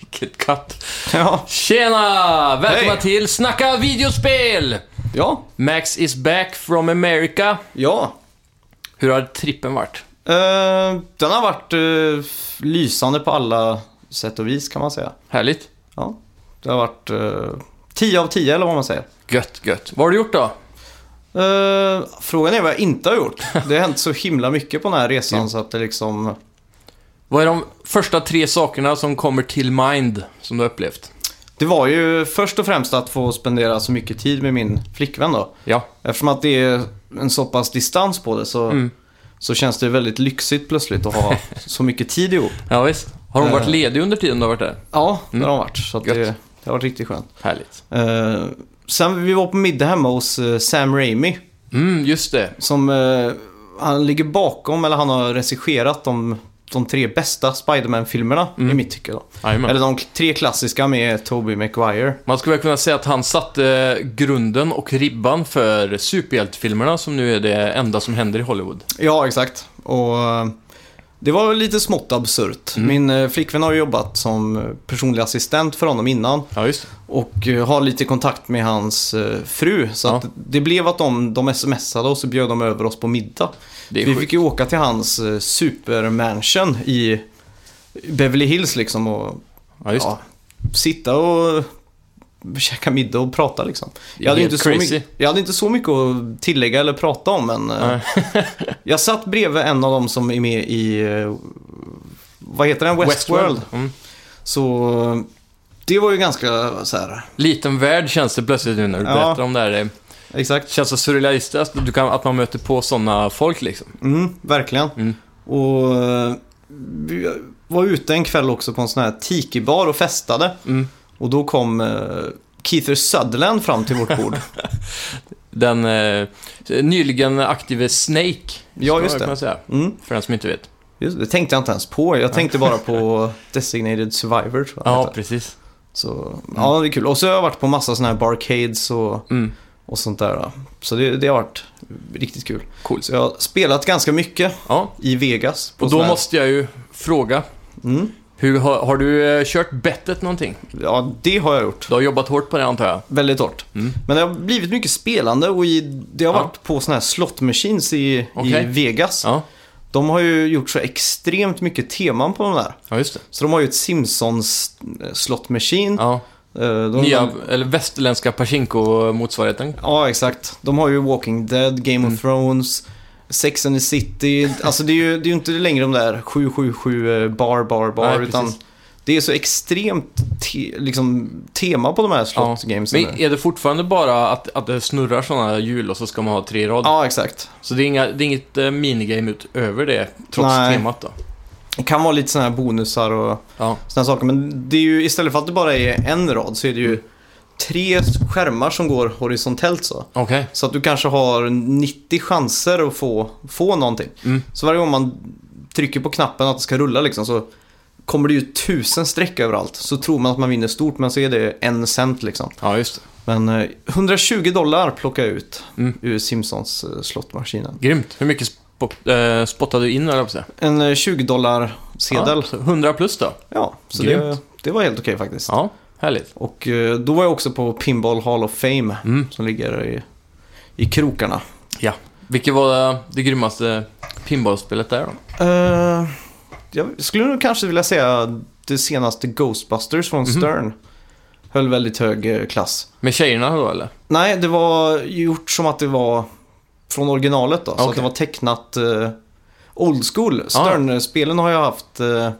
Vilket katt. Ja. Tjena! Välkomna Hej. till Snacka videospel! Ja. Max is back from America. ja. Hur har trippen varit? Eh, den har varit eh, f- lysande på alla sätt och vis kan man säga. Härligt. Ja. Det har varit eh, 10 av 10 eller vad man säger. Gött, gött. Vad har du gjort då? Eh, frågan är vad jag inte har gjort. Det har hänt så himla mycket på den här resan så att det liksom... Vad är de första tre sakerna som kommer till mind som du har upplevt? Det var ju först och främst att få spendera så mycket tid med min flickvän då. Ja, Eftersom att det är en så pass distans på det så, Mm. så känns det väldigt lyxigt plötsligt att ha så mycket tid ihop. ja visst. Har hon Eh. varit ledig under tiden du har varit där? Ja, det Mm. har de varit. Så att Gött. det, det har varit riktigt skönt. Härligt. Eh, sen vi var på middag hemma hos eh, Sam Raimi. Mm, just det. Som eh, han ligger bakom, eller han har regisserat de, de tre bästa Spiderman-filmerna i mitt tycke. Då. Jajamän. Eller de tre klassiska med Tobey Maguire. Man skulle väl kunna säga att han satte eh, grunden och ribban för superhjältefilmerna som nu är det enda som händer i Hollywood. Ja, exakt. Och eh, det var lite smått absurt. Min eh, flickvän har ju jobbat som eh, personlig assistent för honom innan. Ja, just det. Och eh, har lite kontakt med hans eh, fru. Så Ja. att det blev att de, de smsade och så bjöd de över oss på middag. Det är Vi sjukt. fick ju åka till hans eh, supermansion i Beverly Hills liksom och Ja, just det. ja, sitta och käka middag och prata liksom. Det är Jag hade, helt inte så crazy. mycket, jag hade inte så mycket att tillägga eller prata om men eh, Nej. jag satt bredvid en av dem som är med i, eh, vad heter den, Westworld. Mm. Så eh, det var ju ganska så här, Liten värld känns det plötsligt nu när du Ja. berättar om det här. Det exakt. känns så surrealistiskt att, du kan, att man möter på sådana folk liksom. Mm, verkligen. Mm. Och eh, vi var ute en kväll också på en sån här tiki-bar och festade. Mm. Och då kom eh, Keith Sutherland fram till vårt bord. Den eh, nyligen aktive Snake. Ja, skulle man just det. kunna Säga, Mm. för den som inte vet. Just, det tänkte jag inte ens på. Jag tänkte bara på Designated Survivor. Tror jag Ja, heter. precis. Så, ja, det är kul. Och så har jag varit på massa såna här barcades och, Mm. och sånt där. då. Så det, det har varit riktigt kul. Coolt. Så jag har spelat ganska mycket Ja. i Vegas. på Och sån då här- måste jag ju fråga. Mm. Hur, har, har du eh, kört bettet någonting? Ja, det har jag gjort. Du har jobbat hårt på det antar jag? Väldigt hårt. Mm. Men det har blivit mycket spelande och i, det har Ja. varit på såna här slot machines i, i Okej. Vegas. Ja, De har ju gjort så extremt mycket teman på de där. ja just det. Så de har ju ett Simpsons eh, slot machine. Ja. Eh, De, Nya, de, eller västerländska Pachinko-motsvarigheten. ja, exakt. De har ju Walking Dead, Game Mm. of Thrones, Sex and the City. Alltså det är ju, det är ju inte längre de där 777 eh, bar, bar, bar. Nej, utan precis. det är så extremt te, liksom, tema på de här slot gamesen. Men är det fortfarande bara att, att det snurrar sådana hjul och så ska man ha tre i rad? Ja, exakt. Så det är, inga, det är inget eh, minigame utöver det, trots Nej. temat då? Det kan vara lite sådana här bonusar och Ja, sådana saker. Men det är ju istället för att det bara är en rad så är det Mm. ju tre skärmar som går horisontellt så. okej. Så att du kanske har 90 chanser att få, få någonting. Mm. Så varje gång man trycker på knappen att det ska rulla liksom så kommer det ju tusen streck överallt. Så tror man att man vinner stort men så är det en cent liksom. Ja, just det. Men eh, 120 dollar plockar jag ut Mm. ur Simpsons eh, slottmaskinen. Grymt. Hur mycket spo- eh, spottade du in, eller vad jag En eh, 20 dollar sedel. Ja, Ja, 100 plus då? så det, Grymt. det var helt okej faktiskt. Ja, härligt. Och eh, då var jag också på Pinball Hall of Fame Mm. som ligger i, i krokarna. Ja. Vilket var eh, det grymmaste pinballspelet där då? Eh, jag skulle nog kanske vilja säga det senaste Ghostbusters Mhm. från Stern. Höll väldigt hög eh, klass. Med tjejerna då, eller? Nej, det var gjort som att det var från originalet då. Så Okej. Ah. att det var tecknat eh, old school. Stern-spelen har jag haft eh,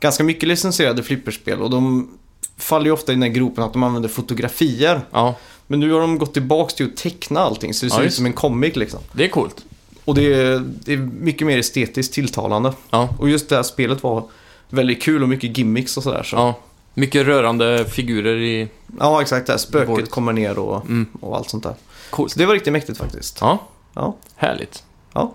ganska mycket licensierade flipperspel. Och de faller ju ofta i den här gropen att de använder fotografier. Ja, Men nu har de gått tillbaks till att teckna allting. Så det Ja, ser ut just som en comic liksom. det är coolt. Och det är, det är mycket mer estetiskt tilltalande. Ja. Och just det här spelet var väldigt kul och mycket gimmicks och sådär. Så. Ja. ja. Mycket rörande figurer i... exakt. Det här spöket Bordet. kommer ner och, Mm. och allt sånt där. Coolt. Så det var riktigt mäktigt faktiskt. Ja. Ja. Härligt. Ja.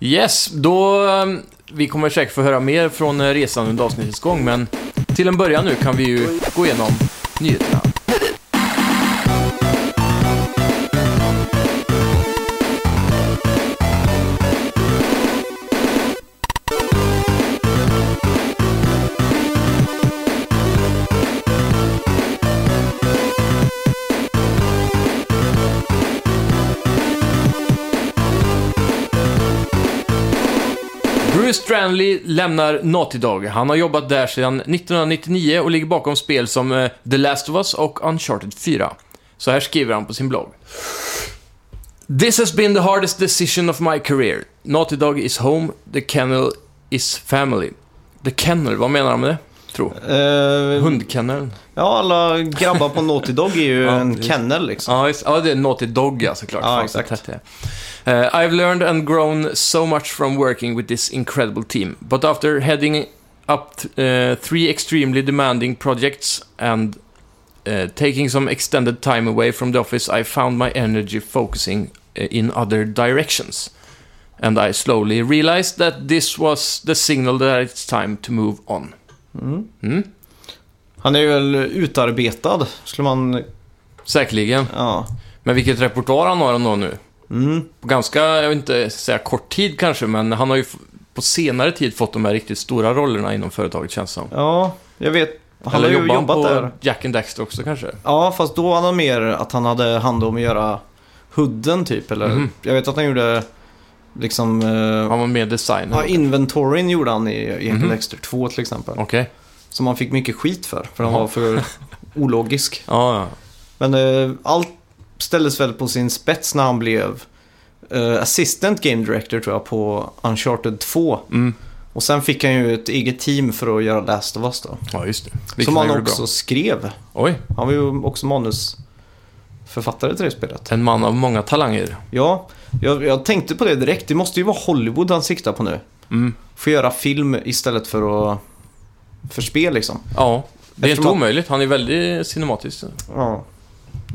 Yes, då... eh, Vi kommer säkert få höra mer från eh, resan under avsnittets gång, men till en början nu kan vi ju gå igenom nyheterna. Bruce Stranley lämnar Naughty Dog. Han har jobbat där sedan 1999 och ligger bakom spel som eh, The Last of Us och Uncharted 4. Så här skriver han på sin blogg. This has been the hardest decision of my career. Naughty Dog is home, the kennel is family. The kennel, vad menar han med det? Tro. Eh, Hundkenneln. Ja, alla grabbar på Naughty Dog är ju Ja, en precis. kennel liksom. Ja, just, ja, det är Naughty Dog ja, såklart. Ja, Fan, exakt. så tätt det är. Eh, I've learned and grown so much from working with this incredible team. But after heading up th- eh, three extremely demanding projects and eh, taking some extended time away from the office I found my energy focusing eh, in other directions. And I slowly realized that this was the signal that it's time to move on. Mm. Mm, Han är ju väl utarbetad, skulle man... säkerligen. Ja. Men vilket repertoar han har ändå nu. Mm. på ganska, jag vill inte säga kort tid kanske, men han har ju f- på senare tid fått de här riktigt stora rollerna inom företaget känns det som. ja, jag vet. Han har ju jobbar jobbat på där. Jack and Daxter också kanske? Ja, fast då hade han mer att han hade hand om att göra hooden typ. Eller, Mhm. Jag vet att han gjorde liksom... Eh, Han var med i designen. ja, inventoryn gjorde han i i Jack Mhm. and Dexter 2 till exempel. Okej. Som han fick mycket skit för, för han Ja. var för ologisk. Ja, ja. Men eh, allt ställdes väl på sin spets när han blev eh, assistant game director tror jag på Uncharted 2. Mm. Och sen fick han ju ett eget team för att göra Last of Us då. ja, just det. Vilket som han gjorde också bra. skrev. Oj, Han var ju också manusförfattare till det spelet. en man av många talanger. Ja, jag, jag tänkte på det direkt. Det måste ju vara Hollywood han siktar på nu. Mm. Få göra film istället för att... För spel liksom. Ja, det är Eftersom inte att- omöjligt. Han är väldigt cinematisk. Ja.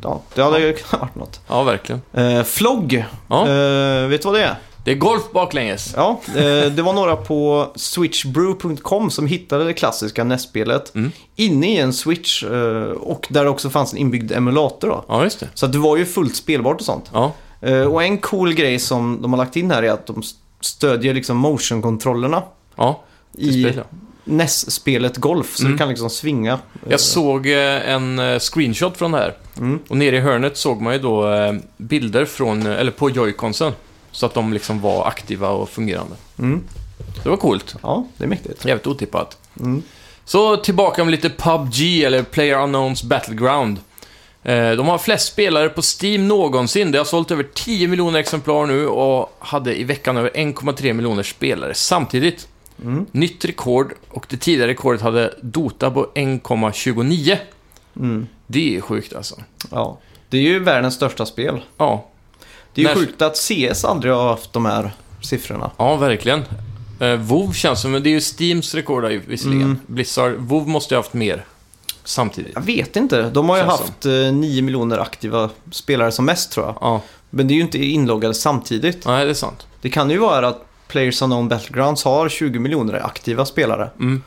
Ja, det hade ju varit något. Ja, verkligen. Eh, Flog. Ja. Eh, vet du vad det är? Det är golf baklänges. Ja, eh, det var några på switchbrew.com som hittade det klassiska NES-spelet Mm. inne i en switch eh, och där det också fanns en inbyggd emulator. Då. Ja, just det. Så att det var ju fullt spelbart och sånt. Ja, Eh, och en cool grej som de har lagt in här är att de stödjer liksom motion-kontrollerna ja. det i spelar jag. NES-spelet Golf. Så Mm. du kan liksom svinga. eh, Jag såg eh, en eh, screenshot från det här. Mm. Och nere i hörnet såg man ju då eh, bilder från, eh, eller på joyconsen. Så att de liksom var aktiva och fungerande. Mm. Det var coolt. Ja, det är mäktigt. Jävligt otippat. Mm. Så tillbaka med lite PubG, eller Player Unknowns Battleground. Eh, De har flest spelare på Steam någonsin. Det har sålt över 10 miljoner exemplar nu och hade i veckan över 1,3 miljoner spelare samtidigt. Mm. Nytt rekord och det tidigare rekordet hade Dota på 1,29. Mm. Det är sjukt alltså. Ja. Det är ju världens största spel. Ja, Det är ju När- sjukt att CS aldrig har haft de här siffrorna. Ja, verkligen. Eh, WoW känns som, men det är ju Steams rekord där ju, visserligen. Mm. Blizzard, WoW måste ju ha haft mer samtidigt. Jag vet inte. De har ju Känns haft eh, 9 miljoner aktiva spelare som mest tror jag. Ja, Men det är ju inte inloggade samtidigt. nej det är sant. Det kan ju vara att Players Unknown Battlegrounds har 20 miljoner aktiva spelare. Mm.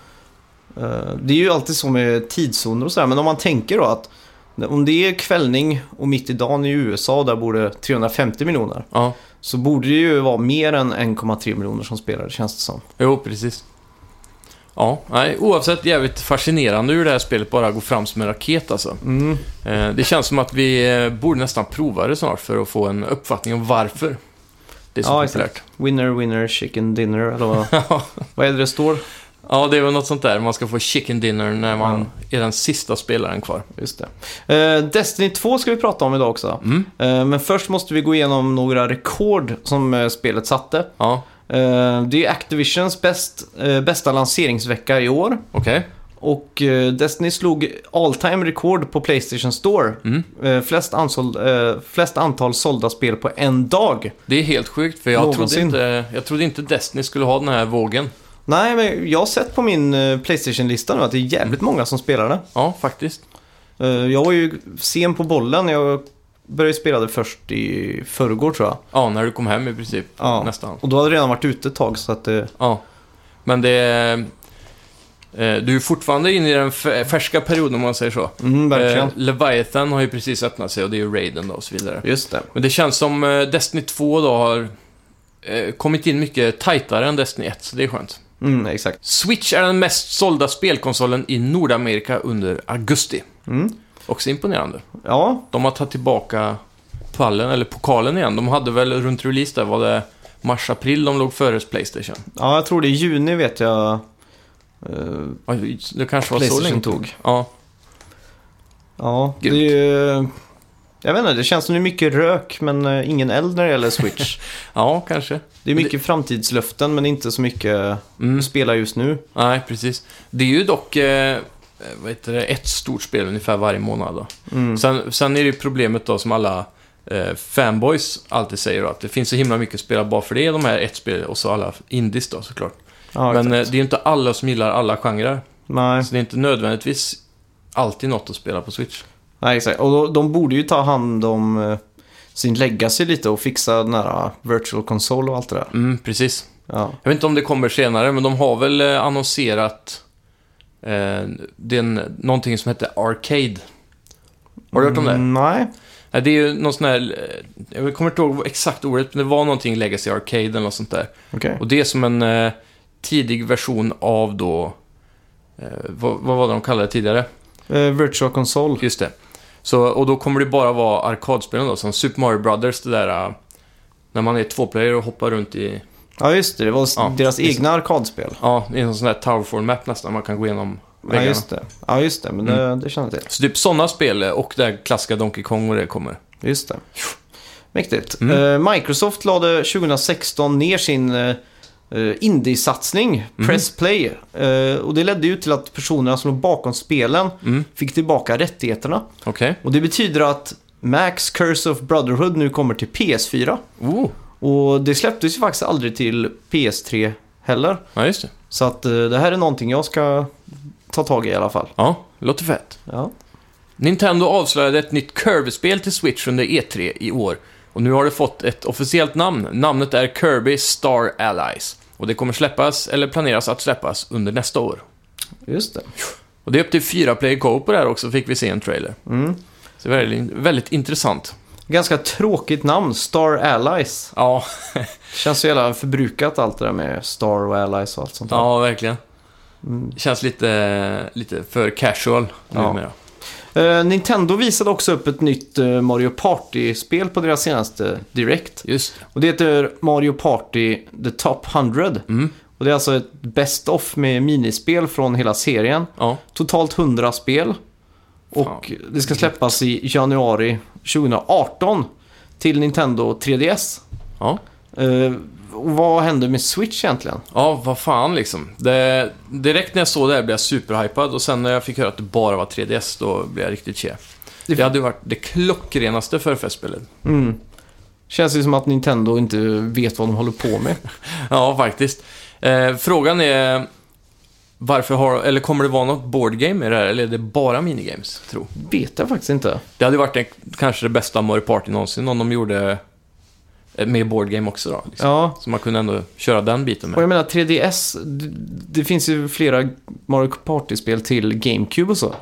Eh, det är ju alltid så med tidszoner och sådär. Men om man tänker då att om det är kvällning och mitt i dagen i USA och där bor det 350 miljoner. Ja, Så borde det ju vara mer än 1,3 miljoner som spelare känns det som. jo precis. Ja, nej, oavsett jävligt fascinerande hur det här spelet bara går fram som en raket alltså. Mm. Eh, det känns som att vi eh, borde nästan prova det snart för att få en uppfattning om varför det är så Ja, exakt. populärt. Winner, winner, chicken dinner eller vad, vad är det det står? ja, det är väl något sånt där. Man ska få chicken dinner när man är den sista spelaren kvar. Just det. Eh, Destiny 2 ska vi prata om idag också. Mm. Eh, men först måste vi gå igenom några rekord som eh, spelet satte. Ja, Eh, det är Activisions bäst, eh, bästa lanseringsvecka i år. okej. Och eh, Destiny slog all time rekord på Playstation Store. Mm. Eh, flest, ansåld, eh, flest antal sålda spel på en dag. Det är helt sjukt, för jag trodde, Någonsin. inte, jag trodde inte Destiny skulle ha den här vågen. Nej, men jag har sett på min eh, Playstation-lista nu att det är jävligt många som spelar det. Ja, faktiskt. Eh, jag var ju sen på bollen. Jag började spela det först i förrgår tror jag. Ja, när du kom hem i princip. Ja. Nästan. Och då hade det redan varit ute ett tag så att eh, det... Ja. Men det... är- eh, Du är fortfarande inne i den fä- färska perioden om man säger så. Mm, verkligen. Eh, Leviathan har ju precis öppnat sig och det är ju Raiden då och så vidare. Just det. Men det känns som eh, Destiny 2 då har eh, kommit in mycket tajtare än Destiny 1, så det är skönt. Mm, exakt. Switch är den mest sålda spelkonsolen i Nordamerika under augusti. Mm. Också imponerande. Ja, De har tagit tillbaka pallen, eller pokalen igen. De hade väl runt release där, var det mars-april de låg före Playstation. Ja, jag tror det är juni vet jag. eh, Oj, Det kanske var så Playstation länge. tog. Ja, Ja, det Grymt. är ju... Jag vet inte, det känns som det är mycket rök men eh, ingen eld när det gäller Switch. ja kanske. det är mycket framtidslöften men inte så mycket Mm. spela just nu. Nej, precis. Det är ju dock eh, vad heter det, ett stort spel ungefär varje månad. Då. Mm. Sen, sen är det ju problemet då som alla eh, fanboys alltid säger då, att det finns så himla mycket att spela bara för det, de här ett spel och så alla indies då såklart. Ja, Men eh, exakt. det är ju inte alla som gillar alla genrer, Nej. så det är inte nödvändigtvis alltid något att spela på Switch. Nej, exakt. Och då, de borde ju ta hand om eh, sin legacy lite och fixa den här eh, virtual console och allt det där. Mm, precis. Ja, Jag vet inte om det kommer senare, men de har väl eh, annonserat eh, den, någonting som heter Arcade. Har du hört om det? Mm, nej. Nej, det är ju någon sån här, eh, jag kommer inte ihåg exakt ordet, men det var någonting Legacy Arcade eller något sånt där. Okej. Och det är som en eh, tidig version av då, eh, vad, vad var det de kallade det tidigare? Eh, virtual console. Just det. Så, och då kommer det bara vara arkadspelen då, som Super Mario Brothers, det där eh, när man är tvåplayer och hoppar runt i, Ja, just det. Det var s- Ja, deras just- egna arkadspel. ja, i en sån här Towerfall map nästan, man kan gå igenom Ja, väggarna. just det. Ja, just det. Men det, det känner jag till. Så typ sådana spel eh, och det här klassiska Donkey Kong och det kommer. Just det. Mäktigt. Mm. Eh, Microsoft lade 2016 ner sin eh, eh, indie-satsning, Mm. Press Play. Eh, och det ledde ju till att personerna som låg bakom spelen Mm. fick tillbaka rättigheterna. Okej. Och det betyder att Max Curse of Brotherhood nu kommer till PS4. Oh, Och det släpptes ju faktiskt aldrig till PS3 heller. ja just det. Så att eh, det här är någonting jag ska ta tag i i alla fall. Ja, låter fett. Ja. Nintendo avslöjade ett nytt Kirby-spel till Switch under E3 i år. Och nu har det fått ett officiellt namn. Namnet är Kirby Star Allies. Och det kommer släppas, eller planeras att släppas, under nästa år. Just det. Och det är upp till fyra player co-op på det här också, fick vi se en trailer. Mm. Så det är väldigt, väldigt intressant. Ganska tråkigt namn, Star Allies. Ja, Känns så jävla förbrukat allt det där med Star och Allies och allt sånt där. ja verkligen. Mm. Känns lite, lite för casual Ja. numera. Eh, Nintendo visade också upp ett nytt eh, Mario Party-spel på deras senaste Direct. Just det. Och det heter Mario Party The Top 100. Mm. Och det är alltså ett best of med minispel från hela serien. Ja. Totalt 100 spel. Och det ska släppas i januari 2018 till Nintendo 3DS. ja. Eh, och vad händer med Switch egentligen? Ja, vad fan liksom. Det, direkt när jag såg det här blev jag superhypad och sen när jag fick höra att det bara var 3DS, då blev jag riktigt tje. Det- Det hade ju varit det klockrenaste förfestspelet. Mm. Känns det som att Nintendo inte vet vad de håller på med. Ja, faktiskt. Eh, frågan är... Varför har... Eller kommer det vara något boardgame i det här? Eller är det bara minigames, tro? Vet jag faktiskt inte. Det hade ju varit en, kanske det bästa Mario Party någonsin om de gjorde eh, med boardgame också då. Liksom. Ja. Så man kunde ändå köra den biten Och med. jag menar 3DS, det, det finns ju flera Mario Party-spel till GameCube och så.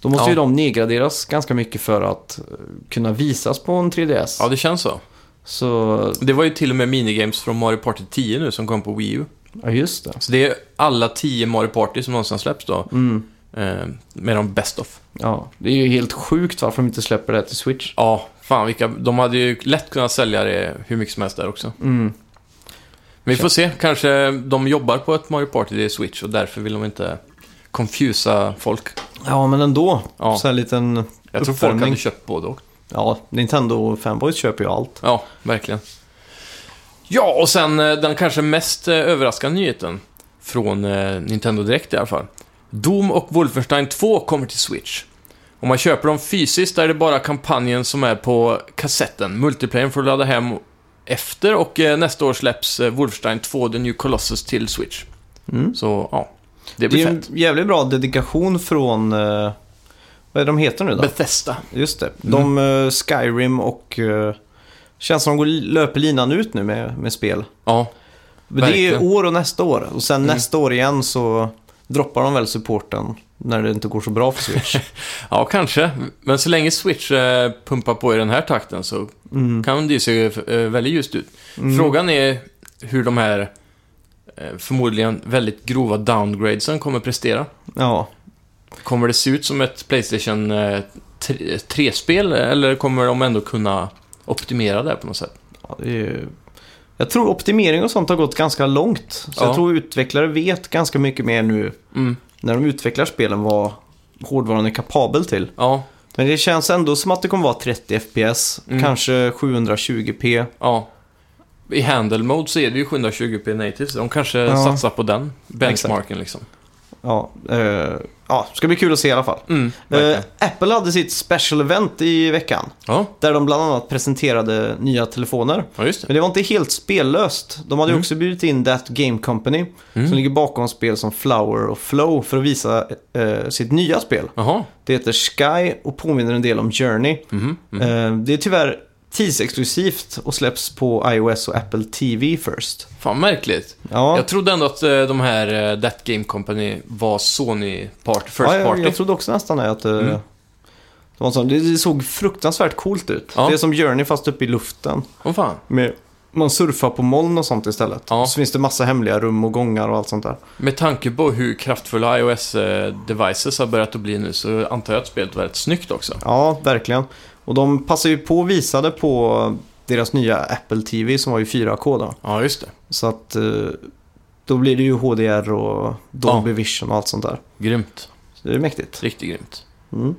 Då måste Ja. ju de nedgraderas ganska mycket för att eh, kunna visas på en 3DS. Ja, det känns så. Så, Det var ju till och med minigames från Mario Party 10 nu som kom på Wii U. ja just det. Så det är alla tio Mario Party som någonsin släpps då. Mm. Eh, med de best of. Ja, det är ju helt sjukt varför de inte släpper det här till Switch. Ja, fan vilka... De hade ju lätt kunnat sälja det hur mycket som helst där också. Mm. Men vi får se. Kanske de jobbar på ett Mario Party, det är Switch och därför vill de inte confusa folk. Ja, men ändå. Ja. Så här liten... Jag tror folk Uppvärmning. hade köpt både och. Ja, Nintendo-fanboys köper ju allt. Ja, verkligen. Ja, och sen eh, den kanske mest eh, överraskande nyheten från eh, Nintendo Direkt i alla fall. Doom och Wolfenstein 2 kommer till Switch. Om man köper dem fysiskt är det bara kampanjen som är på kassetten. Multiplayern får du ladda hem efter och eh, nästa år släpps eh, Wolfenstein 2 The New Colossus till Switch. Mm. Så ja, det Det blir är en fett. jävligt bra dedikation från... eh, vad är de heter nu då? Bethesda. Just det. Mm. De eh, Skyrim och... eh, känns som de går, löper linan ut nu med, med spel. Ja, Men det är Verkligen. år och nästa år. Och sen Mm. nästa år igen så droppar de väl supporten när det inte går så bra för Switch. ja, kanske. Men så länge Switch eh, pumpar på i den här takten så Mm. kan det se eh, väldigt ljust ut. Frågan är hur de här eh, förmodligen väldigt grova downgradesen kommer prestera. Ja. Kommer det se ut som ett Playstation eh, 3-spel eller kommer de ändå kunna optimera det här på något sätt? Ja, det är ju Jag tror optimering och sånt har gått ganska långt. Så Ja. jag tror utvecklare vet ganska mycket mer nu Mm. när de utvecklar spelen vad hårdvaran är kapabel till. Ja, Men det känns ändå som att det kommer vara 30 FPS, Mm. kanske 720p. ja. I handle mode så är det ju 720p native, så de kanske Ja. satsar på den benchmarken liksom. Ja, eh, ja, ska bli kul att se i alla fall. Mm, Eh, verkligen. Apple hade sitt special event i veckan. ja. Där de bland annat presenterade nya telefoner. ja, just det. Men det var inte helt spellöst. De hade ju Mm. också bjudit in That Game Company Mm. som ligger bakom spel som Flower och Flow för att visa eh, sitt nya spel. Jaha. Det heter Sky och påminner en del om Journey. Mhm, mhm. Eh, det är tyvärr tidsexklusivt och släpps på iOS och Apple TV först. Fan, märkligt. Ja, Jag trodde ändå att eh, de här eh, That Game Company var Sony part, first ja, jag, party. jag trodde också nästan det, att eh, Mm. det, var så, det det såg fruktansvärt coolt ut. Ja. Det är som Journey fast uppe i luften. Åh fan. Med, man surfar på moln och sånt istället. Ja. Så finns det massa hemliga rum och gångar och allt sånt där. Med tanke på hur kraftfulla iOS-devices har börjat att bli nu så antar jag att spelet var rätt snyggt också. Ja, verkligen. Och de passade ju på och visade på deras nya Apple TV som var ju 4K då. Ja, just det. Så att eh, då blir det ju HDR och Dolby Vision och allt sånt där. Grymt. Så det är mäktigt. Riktigt grymt. Mm.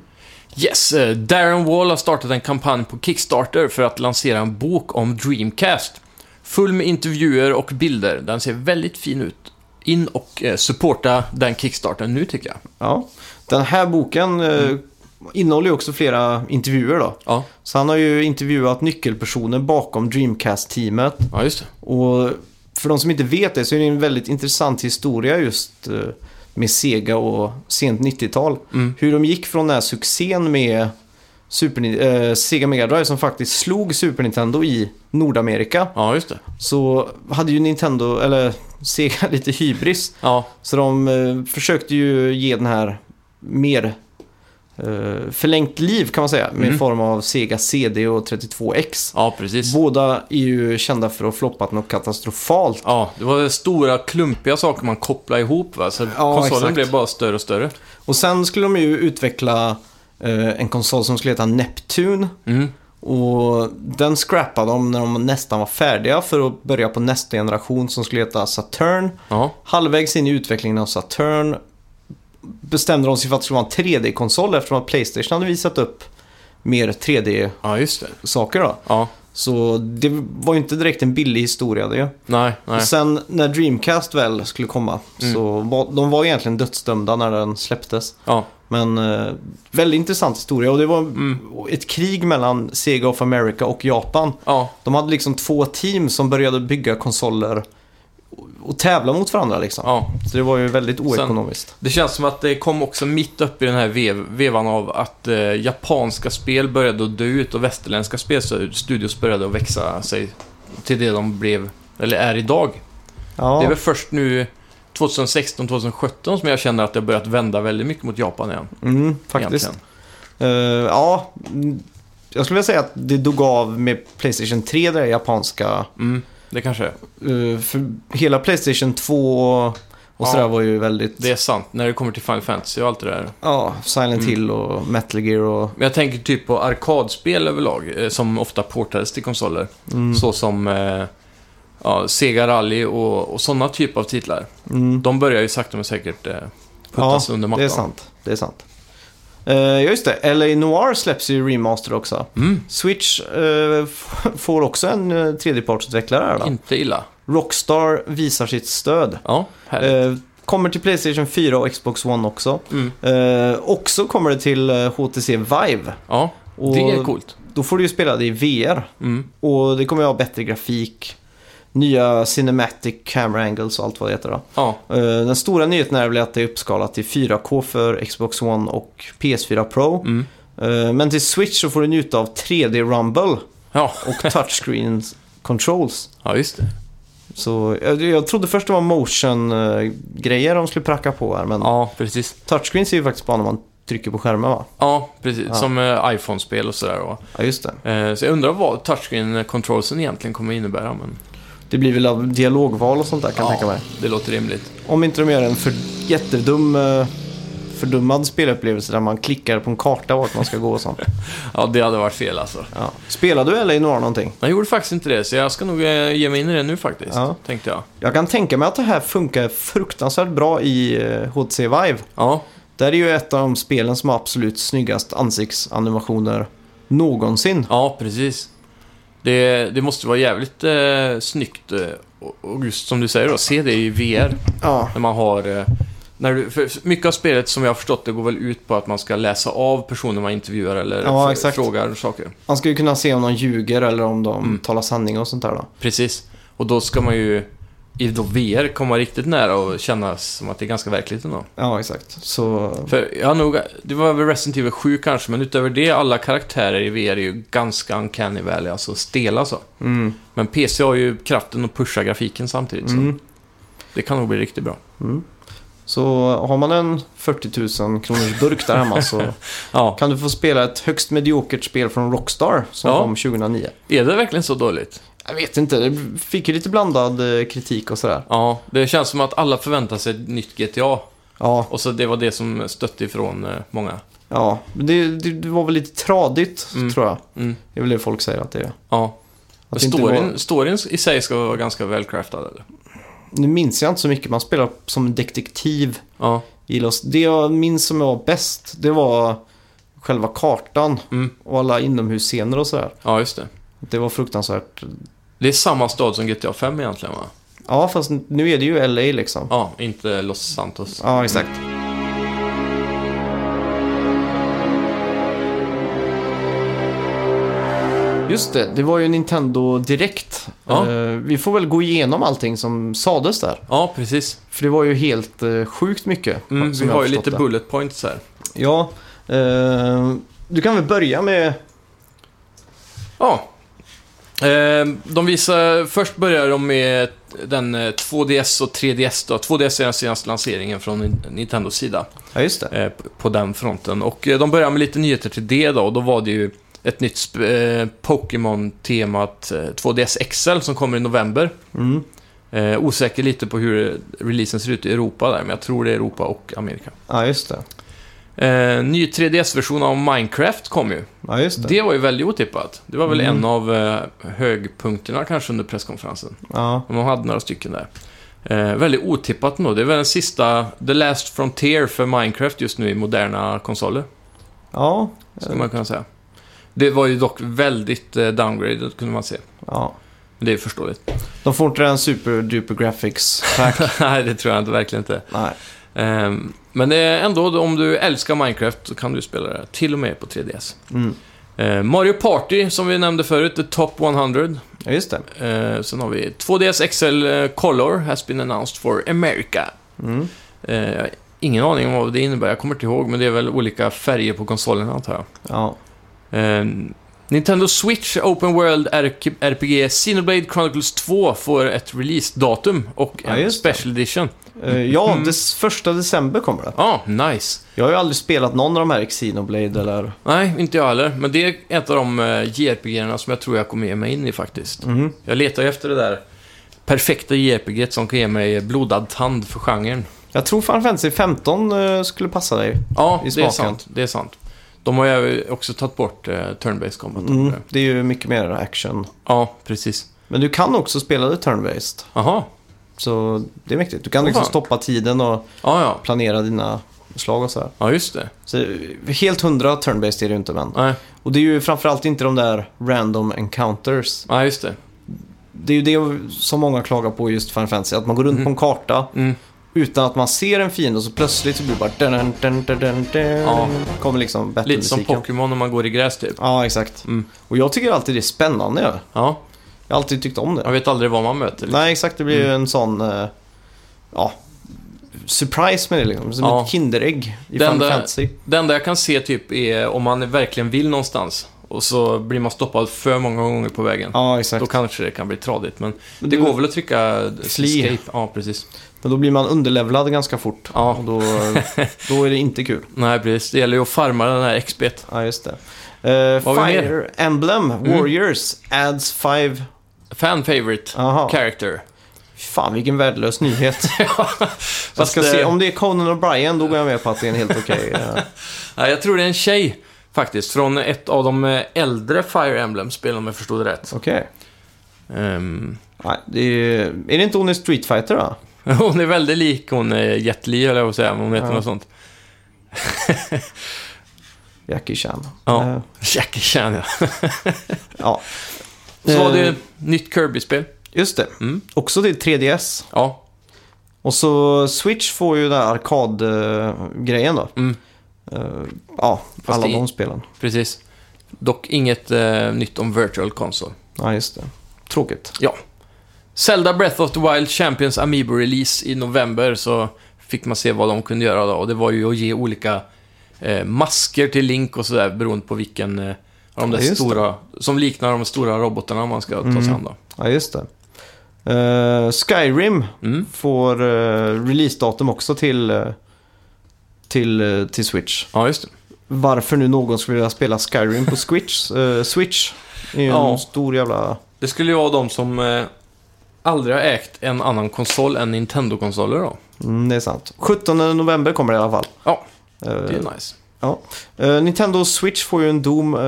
Yes, eh, Darren Wall har startat en kampanj på Kickstarter för att lansera en bok om Dreamcast. Full med intervjuer och bilder. Den ser väldigt fin ut. In och eh, supporta den Kickstarten nu tycker jag. Ja. Den här boken eh, Mm. innehåller ju också flera intervjuer då. Ja, Så han har ju intervjuat nyckelpersoner bakom Dreamcast-teamet. ja just det. Och för de som inte vet det så är det en väldigt intressant historia just eh, med Sega och sent 90-tal. Mm. Hur de gick från den här succén med Super, Ni- eh, Sega Mega Drive som faktiskt slog Super Nintendo i Nordamerika. Ja, just det. Så hade ju Nintendo, eller Sega, lite hybris. Ja, Så de eh, försökte ju ge den här mer eh, förlängt liv kan man säga. Med Mm. form av Sega CD och 32X. ja precis. Båda är ju kända för att ha floppat något katastrofalt. Ja, det var stora klumpiga saker man kopplade ihop va? Så konsolen exakt. blev bara större och större. Och sen skulle de ju utveckla eh, en konsol som skulle heta Neptune. Mm. Och den scrappade de när de nästan var färdiga för att börja på nästa generation som skulle heta Saturn. Ja, Halvvägs in i utvecklingen av Saturn bestämde de sig för att det skulle vara en 3D-konsol eftersom att Playstation hade visat upp mer 3D-saker ja just det. då. Ja, Så det var ju inte direkt en billig historia det. nej, nej. Mm. Och sen när Dreamcast väl skulle komma så var, de var egentligen dödsdömda när den släpptes. Ja, Men eh, väldigt intressant historia och det var Mm. ett krig mellan Sega of America och Japan. ja, De hade liksom två team som började bygga konsoler och- och tävla mot varandra liksom. ja. Så det var ju väldigt oekonomiskt. Det känns som att det kom också mitt upp i den här vev- vevan av att eh, japanska spel började att dö ut och västerländska spelstudios började att växa sig till det de blev, eller är idag. Ja, Det är väl först nu 2016-2017 som jag känner att det har börjat vända väldigt mycket mot Japan igen. mm, faktiskt. egentligen. Eh, ja, mm, jag skulle vilja säga att det dog av med Playstation 3, det där japanska. Mm, det kanske är. Eh, för hela Playstation 2 och, och sådär Ja. var ju väldigt... Det är sant, när det kommer till Final Fantasy och allt det där. Ja, Silent Mm. Hill och Metal Gear och... Men jag tänker typ på arkadspel överlag, eh, som ofta portades till konsoler. Mm, Så som eh, ja, Sega Rally och, och sådana typer av titlar. mm. De börjar ju sakta men säkert eh, puttas under mattan. Det är sant. Det är sant. Eh, Ja, just det. LA Noir släpps ju i remaster också. Mm, Switch eh, f- får också en eh, tredjepartsutvecklare här då. inte illa. Rockstar visar sitt stöd. Ja, härligt. Eh, kommer till Playstation 4 och Xbox One också. Mm. Eh, också kommer det till eh, HTC Vive. Ja, Och det är coolt. Då får du ju spela det i VR. Mm. Och det kommer ju ha bättre grafik, nya cinematic camera angles och allt vad det heter då. Ja, Eh, Den stora nyheten är väl att det är uppskalat till 4K för Xbox One och PS4 Pro. mm. Eh, Men till Switch så får du njuta av 3D Rumble ja. och touchscreen controls. ja just Mm. det. Så jag, jag trodde först det var motion-grejer de skulle pracka på här, men Ja, precis. touchscreens är ju faktiskt bara när man trycker på skärmen va? Ja, precis. Ja. Som eh, iPhone-spel och sådär. va. Ja, just det. Eh, så jag undrar vad touchscreen-controlsen egentligen kommer innebära. Men Det blir väl av dialogval och sånt där kan jag Ja. tänka mig. det låter rimligt. Om inte de gör en för jättedum eh, fördummad spelupplevelse där man klickar på en karta vart man ska gå och sånt. Ja, det hade varit fel alltså. Ja. Spelar du eller i några någonting? Jag gjorde faktiskt inte det, så jag ska nog eh, ge mig in i det nu faktiskt, Ja. tänkte jag. Jag kan tänka mig att det här funkar fruktansvärt bra i eh, HTC Vive. Ja, Där är ju ett av de spelen som har absolut snyggast ansiktsanimationer någonsin. ja precis. Det, det måste vara jävligt eh, snyggt eh, och- och just som du säger då, se det i VR. Ja, När man har... eh, När du, för mycket av spelet som jag har förstått det går väl ut på att man ska läsa av personer man intervjuar eller Ja, fr- exakt. frågar saker. man ska ju kunna se om de ljuger eller om de Mm. talar sanning och sånt där då. Precis. Och då ska man ju i då VR komma riktigt nära och känna som att det är ganska verkligt ändå. Ja, exakt. Så... För jag har nog, det var väl Resident Evil 7 kanske, men utöver det alla karaktärer i VR är ju ganska uncanny valley, alltså stela så. Mm. Men PC har ju kraften att pusha grafiken samtidigt, så Mm. det kan nog bli riktigt bra. Mm. Så har man en 40 000 kronors burk där hemma så Ja, kan du få spela ett högst mediokert spel från Rockstar som Ja. kom 2009. är det verkligen så dåligt? Jag vet inte, det fick ju lite blandad eh, kritik och sådär. Ja, det känns som att alla förväntar sig ett nytt GTA. Ja, Och så det var det som stötte ifrån eh, många. ja. Men Det, det, det var väl lite tradigt Mm. tror jag. Mm. Det är väl det folk säger att det är. Ja. Att Och det inte var- storyn, storyn i sig ska vara ganska välcraftad, eller? Nu minns jag inte så mycket, man spelar som en detektiv Ja. i Los. Det jag minns som var bäst, det var själva kartan Mm. och alla inomhusscener och sådär. Ja, just det. Det var fruktansvärt. Det är samma stad som GTA 5 egentligen, va? Ja, fast nu är det ju LA liksom. Ja, inte Los Santos. Ja, exakt. Just det, det var ju Nintendo Direkt. Ja. Eh, vi får väl gå igenom allting som sades där. Ja, precis. För det var ju helt eh, sjukt mycket. Mm, som vi jag har ju förstått lite det. bullet points här. Ja, eh, du kan väl börja med... Ja. Eh, de visar, först börjar de med den eh, 2DS och 3DS då. 2DS är den senaste lanseringen från Nin- Nintendos sida. Ja, just det. eh, p- på den fronten. Och eh, de började med lite nyheter till det då, och då var det ju ett nytt sp- eh, Pokémon-temat eh, 2DS XL som kommer i november. Mm. Eh, osäker lite på hur releasen ser ut i Europa där, men jag tror det är Europa och Amerika. Ja, just det. Eh, ny 3DS-version av Minecraft kom ju. Ja, just det. Det var ju väldigt otippat. Det var väl Mm. en av eh, högpunkterna kanske under presskonferensen. Ja. De hade några stycken där. Eh, väldigt otippat nog. Det är väl den sista, The Last Frontier för Minecraft just nu i moderna konsoler. Ja. Skulle man kunna säga. Det var ju dock väldigt eh, downgraded, kunde man se. ja. Men det är förståeligt. De får inte den super duper graphics. Tack. Nej, det tror jag inte, verkligen inte. Nej. Ehm, men det är ändå, om du älskar Minecraft så kan du spela det här, till och med på 3DS. Mm. Eh, Mario Party, som vi nämnde förut, The Top 100. Ja, just det. Eh, sen har vi 2DS XL eh, Color, has been announced for America. Mm. Eh, jag har ingen aning om vad det innebär, jag kommer inte ihåg, men det är väl olika färger på konsolerna, antar jag. Ja. Eh, Nintendo Switch Open World RK- RPG Xenoblade Chronicles 2 får ett release-datum och Ja, en just det. special edition. Eh, ja, Mm. des, första december kommer det. Ja, nice. Jag har ju aldrig spelat någon av de här Xenoblade eller... Nej, inte jag heller. Men det är ett av de eh, JRPG-erna som jag tror jag kommer ge mig in i faktiskt. Mm. Jag letar ju efter det där perfekta JRPG som kan ge mig blodad tand för genren. Jag tror Final Fantasy 15 eh, skulle passa dig. Ja, I det är smaken. sant. Det är sant. De har ju också tagit bort eh, turn-based combat. Mm. Det är ju mycket mer action. Ja, precis. Men du kan också spela det turn-based. Jaha. Så det är mäktigt. Du kan Åh, liksom fan. stoppa tiden och Ja, ja. planera dina slag och sådär. Ja, just det. Så eh, helt hundra turn-based är det ju inte men. Nej, Och det är ju framförallt inte de där random encounters. ja, just det. Det är ju det som många klagar på i just Final Fantasy. Att man går runt Mhm. på en karta Mm. utan att man ser en fiende och så plötsligt så blir det bara... Dun, dun, dun, dun, dun, Ja. Kommer liksom bättre Lite som musiken. Pokémon när man går i gräs typ. Ja, exakt. Mm. Och jag tycker alltid det är spännande. Jag, Ja, jag har alltid tyckt om det. man vet aldrig vad man möter. liksom. Nej, exakt. Det blir ju en sån... eh, ja, surprise med det liksom. Som Ja. ett Kinderägg i Det Final enda- Fantasy. Det enda jag kan se typ är om man verkligen vill någonstans och så blir man stoppad för många gånger på vägen. Ja, exakt. Då kanske det kan bli tradigt, men Men det du- går väl att trycka Flee. escape. Ja, precis. Men då blir man underlevlad ganska fort. Ja. Och då, då är det inte kul. Nej, precis. Det gäller ju att farma den här XP. Ja, just det. Eh, Vad har vi Mm. Fire Emblem Warriors adds five... Fan favorite Aha. character. Fan vilken värdelös nyhet. jag Fast, ska se, eh, om det är Conan O'Brien då går jag med på att det är en helt okej. eh, Nej, jag tror det är en tjej faktiskt, från ett av de eh, äldre Fire Emblem-spelen om jag förstod det rätt. Okej. Ehm, Nej, det är, är det inte hon i Street Fighter då? hon är väldigt lik hon eh, Jet Li, höll jag på att säga, men hon heter Ja. något sånt. Jackie Chan. Ja. Eh, Jackie Chan, ja. ja. Så var det Eh, ju nytt Kirby-spel. Just det. Mm. Också till 3DS. Ja, Och så Switch får ju den här arkadgrejen då. Mm. Eh, ja, alla det- de spelen. precis. Dock inget eh, nytt om Virtual Console. Ja, just det. Tråkigt. Zelda Breath of the Wild Champions Amiibo-release i november så fick man se vad de kunde göra då. Och det var ju att ge olika eh, masker till Link och sådär beroende på vilken eh, av de där Ja, just det. Mm. stora, som liknar de stora robotarna man ska ta sig an då. Ja, just det. Eh, Skyrim Mm. får eh, releasedatum också till, eh, till, eh, till Switch. Ja, just det. Varför nu någon skulle vilja spela Skyrim på Switch, eh, Switch är ju Ja. en stor jävla... Det skulle ju vara de som eh, aldrig har ägt en annan konsol än Nintendo-konsoler då. Mm, det är sant. 17 november kommer det i alla fall. Ja, Eh, det är nice. eh, Nintendo Switch får ju en Doom, eh,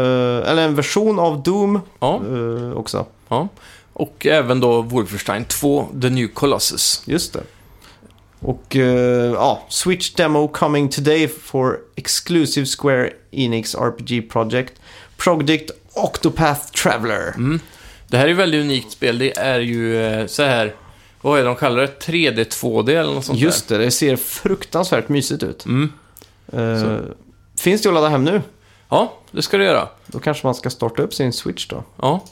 eller en version av Doom Ja, eh, också. ja. Och även då Wolfenstein 2, The New Colossus. Just det. Och eh, ja, Switch Demo coming today for exclusive Square Enix RPG Project. Project Octopath Traveler. Mm. Det här är ju väldigt unikt spel. Det är ju eh, så här, vad är det de kallar det? 3D, 2D eller något sånt Just det, det ser fruktansvärt mysigt ut. där. Mm. Eh, Så. finns det att ladda hem nu? Ja, det ska det göra. Då kanske man ska starta upp sin Switch då. Ja.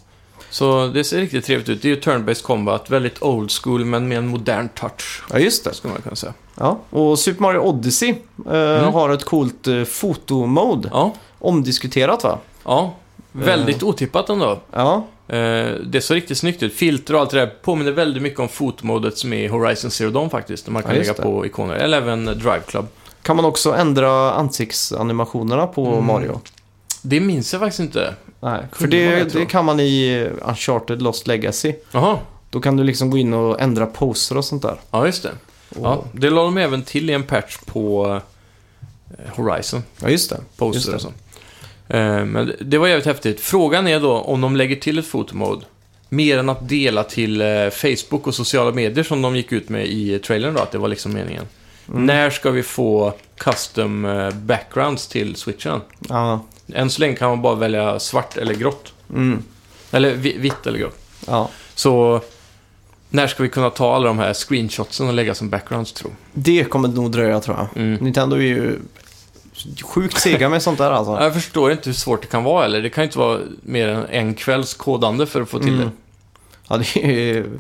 Så det ser riktigt trevligt ut. Det är ju turn-based combat, väldigt old school men med en modern touch, Ja, just det. skulle man kunna säga. Ja. Och Super Mario Odyssey eh, Mm. har ett coolt eh, fotomode. Ja, Omdiskuterat va? ja. Väldigt Eh. otippat ändå. Ja, Eh, det såg riktigt snyggt ut. Filter och allt det där påminner väldigt mycket om fotmodet som är i Horizon Zero Dawn faktiskt. Där man kan Ja, just lägga det. på ikoner. Eller även eh, Drive Club. Kan man också ändra ansiktsanimationerna på Mm. Mario? Det minns jag faktiskt inte. Nej, för kunde man, det, jag tror. det kan man i eh, Uncharted Lost Legacy. Jaha, Då kan du liksom gå in och ändra poser och sånt där. ja just det. Och, Ja, det la de även till i en patch på eh, Horizon, ja, just det. Just poster det. och så. Eh, Men det- det var jävligt häftigt. Frågan är då om de lägger till ett fotomode. Mer än att dela till eh, Facebook och sociala medier som de gick ut med i trailern då, att det var liksom meningen. Mm. När ska vi få custom eh, backgrounds till switchen? Ja, Än så länge kan man bara välja svart eller grått. mm, Eller vi- vitt eller grått. ja. Så när ska vi kunna ta alla de här screenshotsen och lägga som backgrounds tro? Det kommer nog dröja tror jag. Mm. Nintendo är ju sjukt sega med sånt där alltså. Jag förstår inte hur svårt det kan vara eller Det kan ju inte vara mer än en kvälls kodande för att få till Mm. det. Ja, det är ju...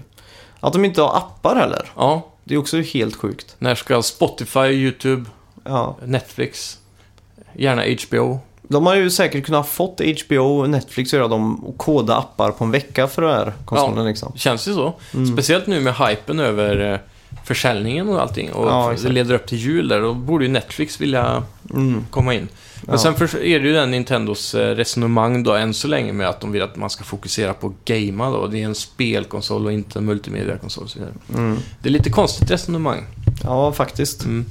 Att de inte har appar heller. Ja, Det är också helt sjukt. när ska Spotify, YouTube, Ja. Netflix, gärna HBO? De har ju säkert kunnat fått HBO och Netflix att göra dem och koda appar på en vecka för den här konsolen liksom. Känns ju så. Mm. Speciellt nu med hypen över eh, försäljningen och allting. Och Ja, det exakt. leder upp till jul där. Då borde ju Netflix vilja Mm. komma in. Men Ja. sen för, är det ju den Nintendos eh, resonemang då än så länge med att de vill att man ska fokusera på gamea då. Det är en spelkonsol och inte en multimediakonsol och så vidare. Mm. Det är lite konstigt resonemang. Ja, faktiskt. Mm.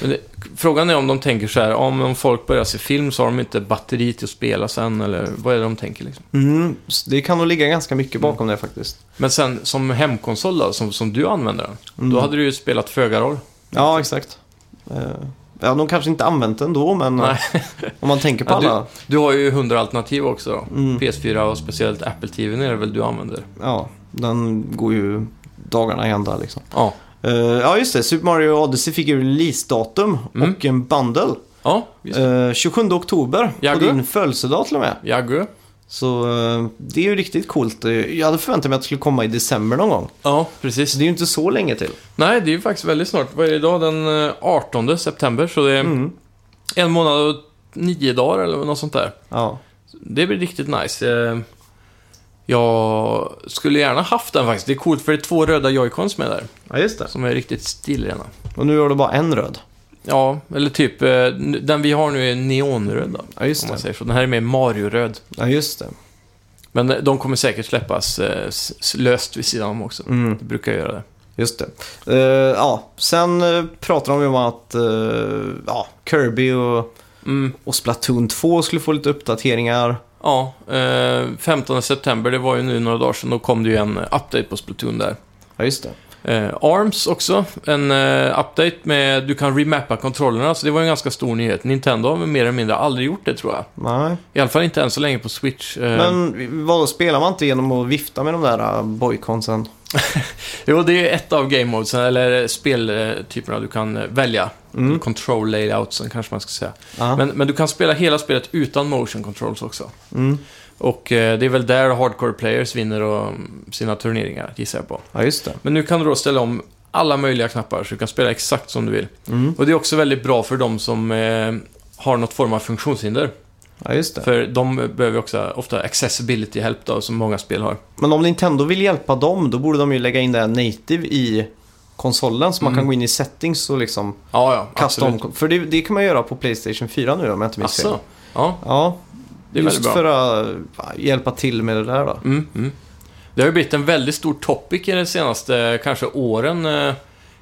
Men det, frågan är om de tänker så här, om, om folk börjar se film så har de inte batteri till att spela sen, eller vad är det de tänker liksom? Mm, så det kan nog ligga ganska mycket bakom Mm. det faktiskt. Men sen som hemkonsol då, som, som du använder den, Mm. då hade du ju spelat föga roll. Ja, exakt. Eh, ja, de kanske inte använt den då, men eh, Nej. om man tänker på Ja, alla. Du har ju hundra alternativ också då. Mm, PS4 och speciellt Apple TV är det väl du använder? ja, den går ju dagarna i ända liksom. Ja. Eh, ja, just det. Super Mario Odyssey fick ju releasedatum Mm. och en bundle. Ja, visst. Eh, 27 oktober, Jagu. på din födelsedag till och med. Jagu. Så eh, det är ju riktigt coolt. Eh, Jag hade förväntat mig att det skulle komma i december någon gång. Ja, Så precis. det är ju inte så länge till. Nej, det är ju faktiskt väldigt snart. Vad är det idag? Den eh, 18 september, så det är Mm. en månad och nio dagar eller något sånt där. Ja. Det blir riktigt nice. Eh, Jag skulle gärna haft den faktiskt. Det är coolt för det är två röda joycons med där. ja, just det. Som är riktigt stilrena. Och nu har du bara en röd. Ja, eller typ eh, n- den vi har nu är neonröd då, Ja, just om det. man säger så. Den här är mer Mario-röd. Ja, just det. Men eh, de kommer säkert släppas eh, s- s- löst vid sidan om också. Mm. Det brukar jag göra det. Just det. Eh, ja, sen eh, pratar de ju om att eh, ja, Kirby och, Mm, och Splatoon 2 skulle få lite uppdateringar. ja, eh, 15 september, det var ju nu några dagar sedan, då kom det ju en eh, update på Splatoon där. Ja, just det. Eh, ARMS också, en eh, update med, du kan remappa kontrollerna, så det var ju en ganska stor nyhet. Nintendo har väl mer eller mindre aldrig gjort det tror jag. Nej. I alla fall inte än så länge på Switch. Eh, Men vad spelar man inte genom att vifta med de där eh, boyconsen? Jo, det är ett av game modesen, eller eh, speltyperna du kan eh, välja. Mm. Control layoutsen kanske man ska säga. Ja. Men, men du kan spela hela spelet utan motion controls också. Mm. Och eh, det är väl där hardcore players vinner och, mm, sina turneringar, gissar jag på. Ja, just det. Men nu kan du då ställa om alla möjliga knappar, så du kan spela exakt som du vill. Mm. Och det är också väldigt bra för de som eh, har något form av funktionshinder. Ja, just det. För de behöver också ofta accessibility help då, som många spel har. Men om Nintendo vill hjälpa dem, då borde de ju lägga in det här native i konsolen. Så man Mm. kan gå in i settings och liksom Ja, ja. kasta om. För det, det kan man göra på Playstation 4 nu om jag inte minns fel. Alltså, ja. Ja, Det är just väldigt bra. för att eh, hjälpa till med det där då. Mm, mm. Det har ju blivit en väldigt stor topic i de senaste kanske åren eh,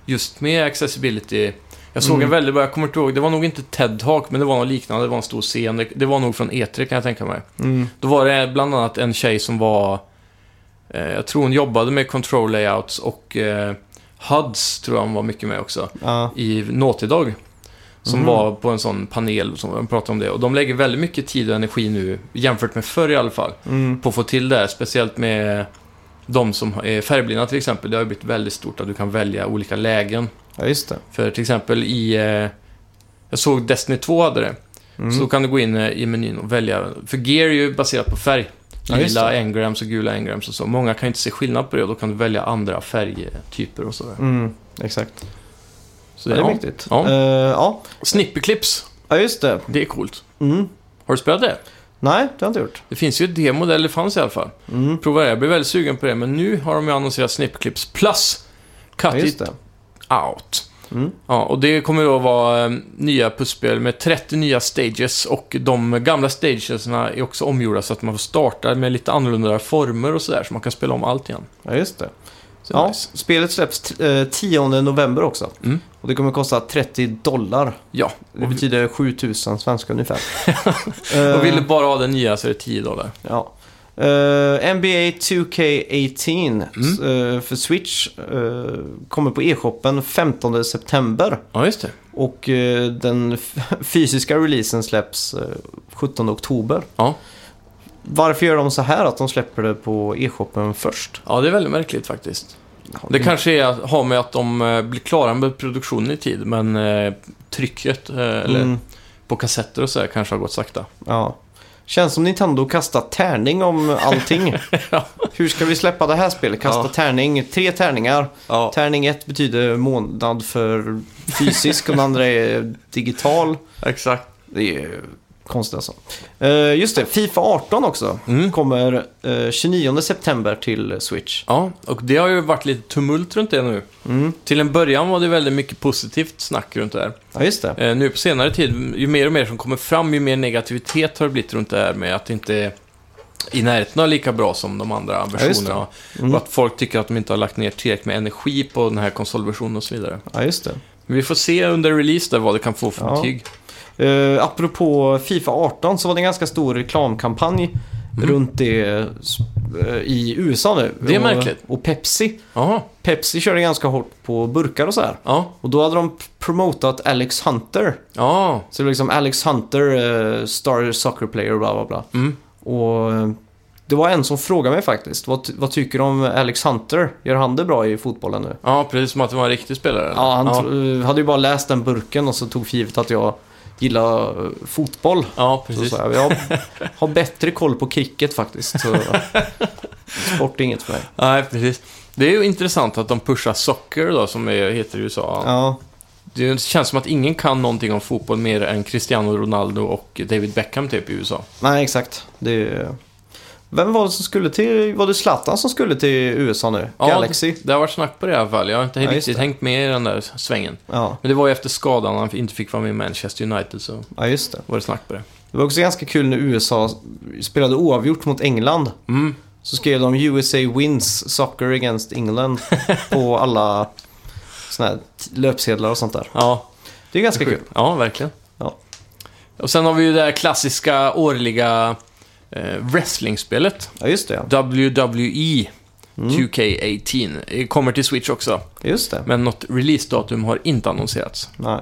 just med accessibility. Jag såg Mm. en väldigt bra, jag kommer inte ihåg, det var nog inte TED Talk, men det var något liknande, det var en stor scen, det, det var nog från E3 kan jag tänka mig. Då var det bland annat en tjej som var, eh, jag tror hon jobbade med control layouts och eh, HUDs tror jag hon var mycket med också Ja, i Naughty Dog. Som Mhm. var på en sån panel som de pratade om det. Och de lägger väldigt mycket tid och energi nu, jämfört med förr i alla fall, mm. på att få till det här. Speciellt med de som är färgblinda till exempel. Det har ju blivit väldigt stort att du kan välja olika lägen. ja just det. För till exempel i... eh, Jag såg Destiny 2 hade det. Mm. Så då kan du gå in eh, i menyn och välja. För gear är ju baserat på färg. Ja, just Lila det. engrams och gula engrams och så. Många kan ju inte se skillnad på det och då kan du välja andra färgtyper och sådär. Mm. Exakt. Så det det, är ja. mäktigt. Ja. Eh, ja. Snipperclips, ja, just det. det är coolt. Mm. Har du spelat det? Nej, det har jag inte gjort. Det finns ju ett demo, där, eller fanns i alla fall. Mm. Prova det, jag blir väldigt sugen på det, men nu har de ju annonserat Snipclips Plus. Cut Ja, just it det. out. Mm. Ja, och det kommer då vara eh, nya pusselspel med 30 nya stages och de gamla stagesna är också omgjorda så att man får starta med lite annorlunda former och sådär, så man kan spela om allt igen. Ja, just det. Så Ja, nice. Spelet släpps t- eh, 10 november också. Mm. Och det kommer kosta 30 dollar. Ja, Det betyder 7000 svenska ungefär. och Eh, vill du bara ha den nya så är det 10 dollar. Ja. Eh, NBA 2K18 Mm. s- eh, för Switch eh, kommer på e-shoppen 15 september. Ja, just det. Och eh, den f- fysiska releasen släpps eh, 17 oktober. Ja. Varför gör de så här att de släpper det på e-shoppen först? Ja, det är väldigt märkligt faktiskt. Det kanske är, har med att de eh, blir klara med produktionen i tid, men eh, trycket eh, eller Mm, på kassetter och sådär kanske har gått sakta. ja. Känns som Nintendo kastar tärning om allting. Ja. Hur ska vi släppa det här spelet? Kasta Ja. tärning, tre tärningar. Ja. Tärning 1 betyder månad för fysisk och den andra är digital. Exakt. Det är ju konstigt alltså. Eh, just det, Fifa 18 också. Mm. Kommer eh, 29 september till Switch. Ja, och det har ju varit lite tumult runt det nu. Mm. Till en början var det väldigt mycket positivt snack runt det här. Ja, just det. Eh, nu på senare tid, ju mer och mer som kommer fram, ju mer negativitet har det blivit runt det här med att det inte är i närheten av lika bra som de andra just versionerna. Mm. Och att folk tycker att de inte har lagt ner tillräckligt med energi på den här konsolversionen och så vidare. Ja, just det. Men vi får se under release där vad det kan få för Ja. betyg. Eh, apropå Fifa 18 så var det en ganska stor reklamkampanj runt det eh, i USA nu. Mm. Det är märkligt. Och, och Pepsi. Jaha, Pepsi körde ganska hårt på burkar och så här. ja. Och då hade de p- promotat Alex Hunter. Ja, Så det var liksom Alex Hunter, eh, star soccer player, bla bla bla. mm. Och eh, det var en som frågade mig faktiskt. Vad, ty- vad tycker du om Alex Hunter? Gör han det bra i fotbollen nu? ja precis som att det var en riktig spelare. eller? Ja, han tro- eh, hade ju bara läst den burken och så tog för givet att jag gillar eh, fotboll. ja Så precis. sa jag, jag har bättre koll på cricket faktiskt. Så sport är inget för mig. Nej, precis. Det är ju intressant att de pushar socker då, som är, heter i USA. Ja, Det känns som att ingen kan någonting om fotboll mer än Cristiano Ronaldo och David Beckham typ i USA. nej exakt. Det är... Vem var det som skulle till, var det Zlatan som skulle till USA nu? Ja, Galaxy? Det, det har varit snack på det i alla fall. Jag har inte Ja, just riktigt det. hängt med i den där svängen. Ja, Men det var ju efter skadan han inte fick vara med i Manchester United så ja just det. var det snack på det. Det var också ganska kul när USA spelade oavgjort mot England. Mm. Så skrev de USA wins soccer against England på alla såna här t- löpsedlar och sånt där. Ja, Det är ganska kul. Ja, verkligen. Ja. Och sen har vi ju det här klassiska årliga eh, wrestlingspelet. E Ja, just det. ja. WWE Mm. 2K18. Det Kommer till Switch också. Just det. Men något releasedatum har inte annonserats. Nej.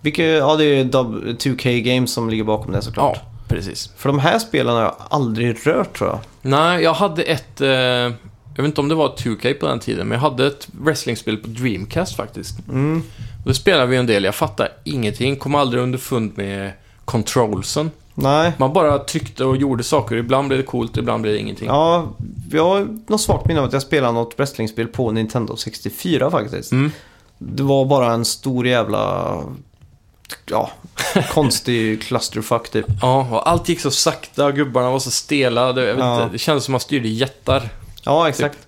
Vilket, ja, det är dub- 2K Games som ligger bakom det såklart. Ja, precis. För de här spelen har jag aldrig rört tror jag. Nej, jag hade ett... Eh, jag vet inte om det var 2K på den tiden, men jag hade ett wrestlingspel på Dreamcast faktiskt. Mm. Och det spelade vi en del. Jag fattade ingenting. Kom aldrig underfund med controlsen. Nej. Man bara tryckte och gjorde saker. Ibland blev det coolt, ibland blev det ingenting. Ja, jag har något svagt minne av att jag spelade något wrestlingspel på Nintendo 64 faktiskt. Mm. Det var bara en stor jävla... Ja, konstig clusterfuck typ. Ja, och allt gick så sakta, gubbarna var så stela. Det, jag vet Ja. inte, det kändes som man styrde jättar. Typ. Ja, exakt.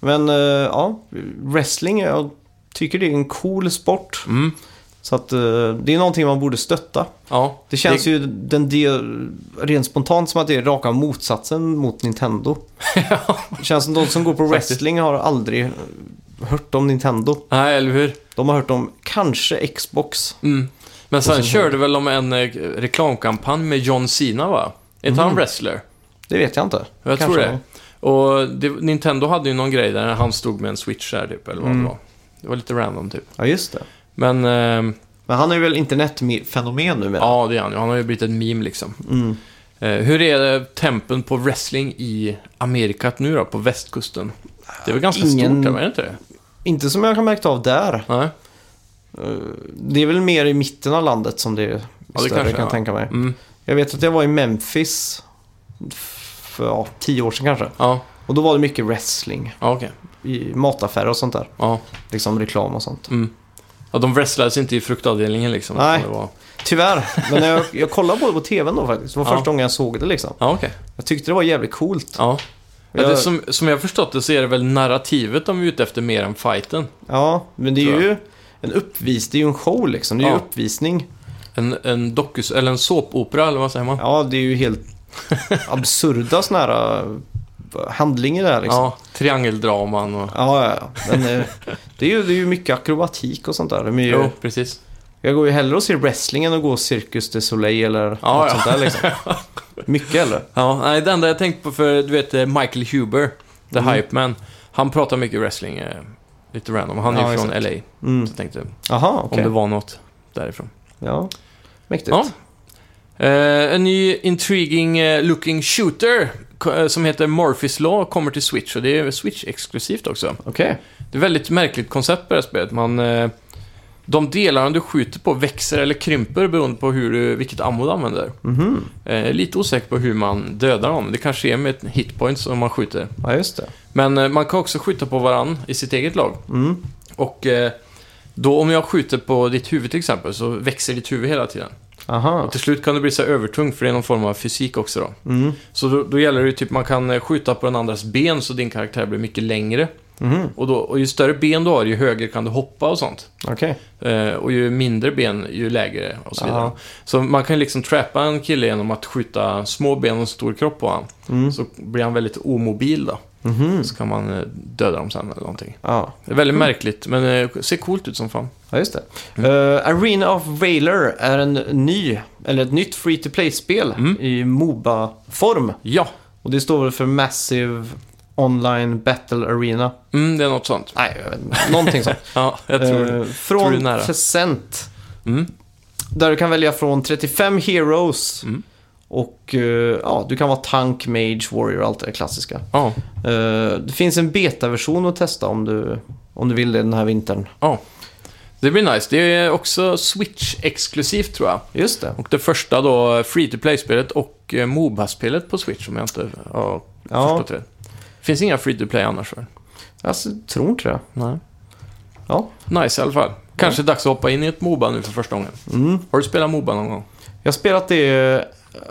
Men eh, ja, wrestling, jag tycker det är en cool sport. Mm. Så att eh, det är någonting man borde stötta. Ja, Det känns ju den del, rent spontant som att det är raka motsatsen mot Nintendo. Det känns som de som går på Faktiskt. wrestling har aldrig eh, hört om Nintendo. Nej, eller hur? De har hört om kanske Xbox. Mm. Men sen sen- körde väl de en eh, reklamkampanj med John Cena, va? Är Mm. inte han wrestler? Det vet jag inte. Jag Kanske tror någon. det. Och det, Nintendo hade ju någon grej där han stod med en switch där, typ, eller vad Mm. det var. Det var lite random, typ. Ja, just det. Men, eh, Men han är ju väl internetfenomen nu med. ja, det är han ju. Han har ju blivit ett meme, liksom. Mm. Eh, hur är eh, tempen på wrestling i Amerika nu då, på västkusten? Det är väl ganska Ingen- stort, där, är det inte det? Inte som jag har märkt av där. Nej. Eh, Det är väl mer i mitten av landet som det är det större kanske kan är. jag tänka mig. Mm. Jag vet att jag var i Memphis för ja, tio år sedan kanske. Ja, Och då var det mycket wrestling ja okej. i mataffärer och sånt där. Ja, Liksom reklam och sånt. mm. ja, de wrestlades inte i fruktavdelningen liksom. utan Nej. Det var... Tyvärr, men jag, jag kollade på det på tvn då faktiskt. Det var Ja. första gången jag såg det liksom. Ja, okej. Jag tyckte det var jävligt coolt. Ja. Ja, det Jag- som, som jag har förstått det så är det väl narrativet de är ute efter mer än fighten. Ja, men det är Tror ju en uppvisning, det är ju en show liksom. Det är ju Ja. uppvisning. En, en dokus, eller en såpopera eller vad säger man? Ja, det är ju helt absurda sådana här eh, handlingar där liksom. Ja, triangeldraman och... Ja, ja, ja. Men eh, det är ju, det är ju mycket akrobatik och sånt där. Men Jo, ju, precis. jag går ju hellre och ser wrestling än att gå Cirkus de Soleil eller något ja. sånt där liksom. Mycket hellre. Ja, nej, det enda jag tänkte på för, du vet, eh, Michael Huber, The Mm. Hype Man. Han pratar mycket wrestling, eh, lite random. Han är Ja, ju från exakt. LA, Mm. så jag tänkte Jaha, om okej. det var något därifrån. Ja, mäktigt. Ja. Eh, en ny intriguing eh, looking shooter ko- eh, som heter Morpheus Law kommer till Switch och det är Switch-exklusivt också. Okej. Det är ett väldigt märkligt koncept på det här spelet. Man, eh, de delarna du skjuter på växer eller krymper beroende på hur du, vilket ammo du använder. Mhm. Eh, jag är lite osäker på hur man dödar dem. Det kanske är med ett hitpoint som man skjuter. Ja, just det. Men eh, man kan också skjuta på varann i sitt eget lag. Mm. Och eh, då om jag skjuter på ditt huvud till exempel så växer ditt huvud hela tiden. Aha. Och till slut kan du bli så här övertung för det är någon form av fysik också då. Mm. Så då, då gäller det ju typ, man kan eh, skjuta på den andras ben så din karaktär blir mycket längre. Mhm. Och, då, och ju större ben du har, ju högre kan du hoppa och sånt. Okej. Eh, och ju mindre ben, ju lägre och så vidare. Ja. Så man kan liksom trappa en kille genom att skjuta små ben och en stor kropp på han. Mm. Så blir han väldigt omobil då. Mhm. Mm. Så kan man eh, döda dem sen eller någonting. Ja. Det är väldigt märkligt, men eh, ser coolt ut som fan. Ja, just det. Eh, Arena of Valor är en ny, eller ett nytt free to play-spel Mm. i Moba-form. Ja, Och det står väl för Massive Online Battle Arena. mm, det är något sånt. Nej, jag vet inte. någonting sånt. Ja, jag tror det. Eh, från tror det är nära. Crescent. Mm. Där du kan välja från 35 heroes. Mm. Och eh, ja, du kan vara tank, mage, warrior, allt det där klassiska. Ja, Eh, det finns en betaversion att testa om du, om du vill det den här vintern. det blir nice. Det är också Switch-exklusivt tror jag. Just det. Och det första då, Free to Play-spelet och eh, Moba-spelet på Switch om jag inte har Ja, förstått rätt. Finns inga Free to Play annars väl? alltså, tror inte det. Nej. Ja. Nice i alla fall. Kanske dags att hoppa in i ett Moba nu för första gången. Mm. Har du spelat Moba någon gång? Jag har spelat det eh,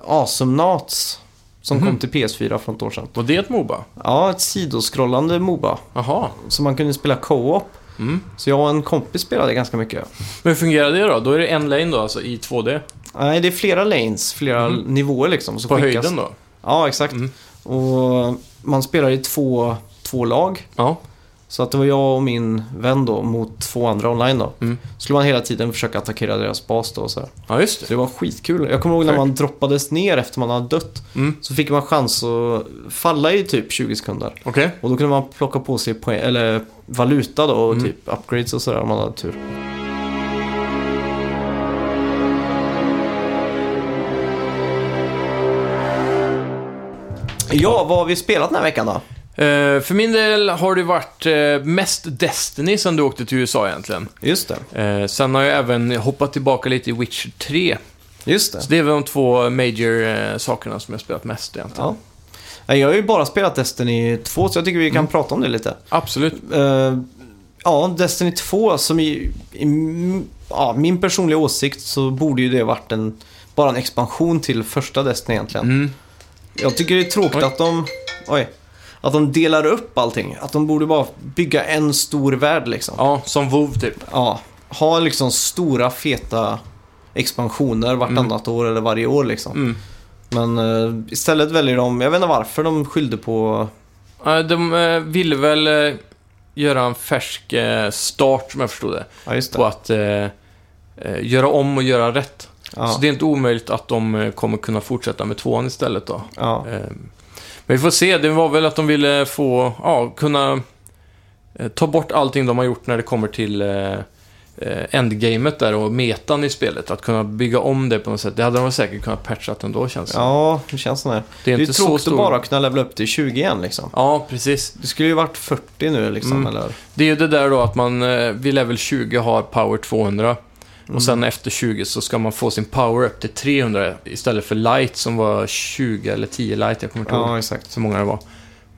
Awesome Nats som Mhm. kom till PS4 för något år sedan. Var det ett Moba? Ja, ett sidoskrollande Moba. Jaha. Så man kunde spela co-op. Mm. Så jag och en kompis spelade ganska mycket. Men hur fungerar det då? Då är det en lane då, alltså i 2D? Nej, det är flera lanes, flera nivåer liksom. Så Mhm. På skickas- höjden då? Ja, exakt. Mm. Och man spelar i två, två lag. Ja. Så att det var jag och min vän då mot två andra online då. Mm. Skulle man hela tiden försöka attackera deras bas då och så, här. ja, just det. så det var skitkul. Jag kommer ihåg när man droppades ner efter man hade dött. Mm. Så fick man chans att falla i typ 20 sekunder. Okej. Och då kunde man plocka på sig poäng, eller valuta då och Mm. typ upgrades och sådär om man hade tur. Ja, vad har vi spelat den här veckan då? Eh, för min del har det varit eh, mest Destiny sen du åkte till USA egentligen. Just det. Eh, sen har jag även hoppat tillbaka lite i Witcher 3. Just det. Så det är väl de två major eh, sakerna som jag spelat mest egentligen. Ja. Nej, Jag har ju bara spelat Destiny 2 så jag tycker vi kan prata om det lite. Absolut. Eh, ja, Destiny 2 som i, i m- ja, min personliga åsikt så borde ju det varit en, bara en expansion till första Destiny egentligen. Mm. Jag tycker det är tråkigt Oj. att de, oj, att de delar upp allting. Att de borde bara bygga en stor värld liksom. Ja. Ja, som WoW typ. ha liksom stora feta expansioner vartannat år eller varje år liksom. Mm. Men eh, istället väljer de, jag vet inte varför de skyllde på, Eh, de eh, ville väl eh, göra en färsk eh, start, som jag förstod det. ja just På det. att eh, eh, göra om och göra rätt. Ja, Så det är inte omöjligt att de eh, kommer kunna fortsätta med tvåan istället då. ja. Eh, Men vi får se, det var väl att de ville få, ja, kunna eh, ta bort allting de har gjort när det kommer till eh, eh, endgamet där och metan i spelet. Att kunna bygga om det på något sätt. Det hade de väl säkert kunnat patcha ändå känns det ja, det känns sådär. Det Det är är, inte så tråkigt stor... att bara kunna levla upp till 20 igen liksom. Ja, precis. Det skulle ju varit 40 nu liksom, Mm. eller? Det är ju det där då att man eh, vid level 20 har power 200. Och sen efter 20 så ska man få sin power upp till 300 istället för light som var 20 eller 10 light, jag kommer inte ihåg. Ja, exakt. så många det var.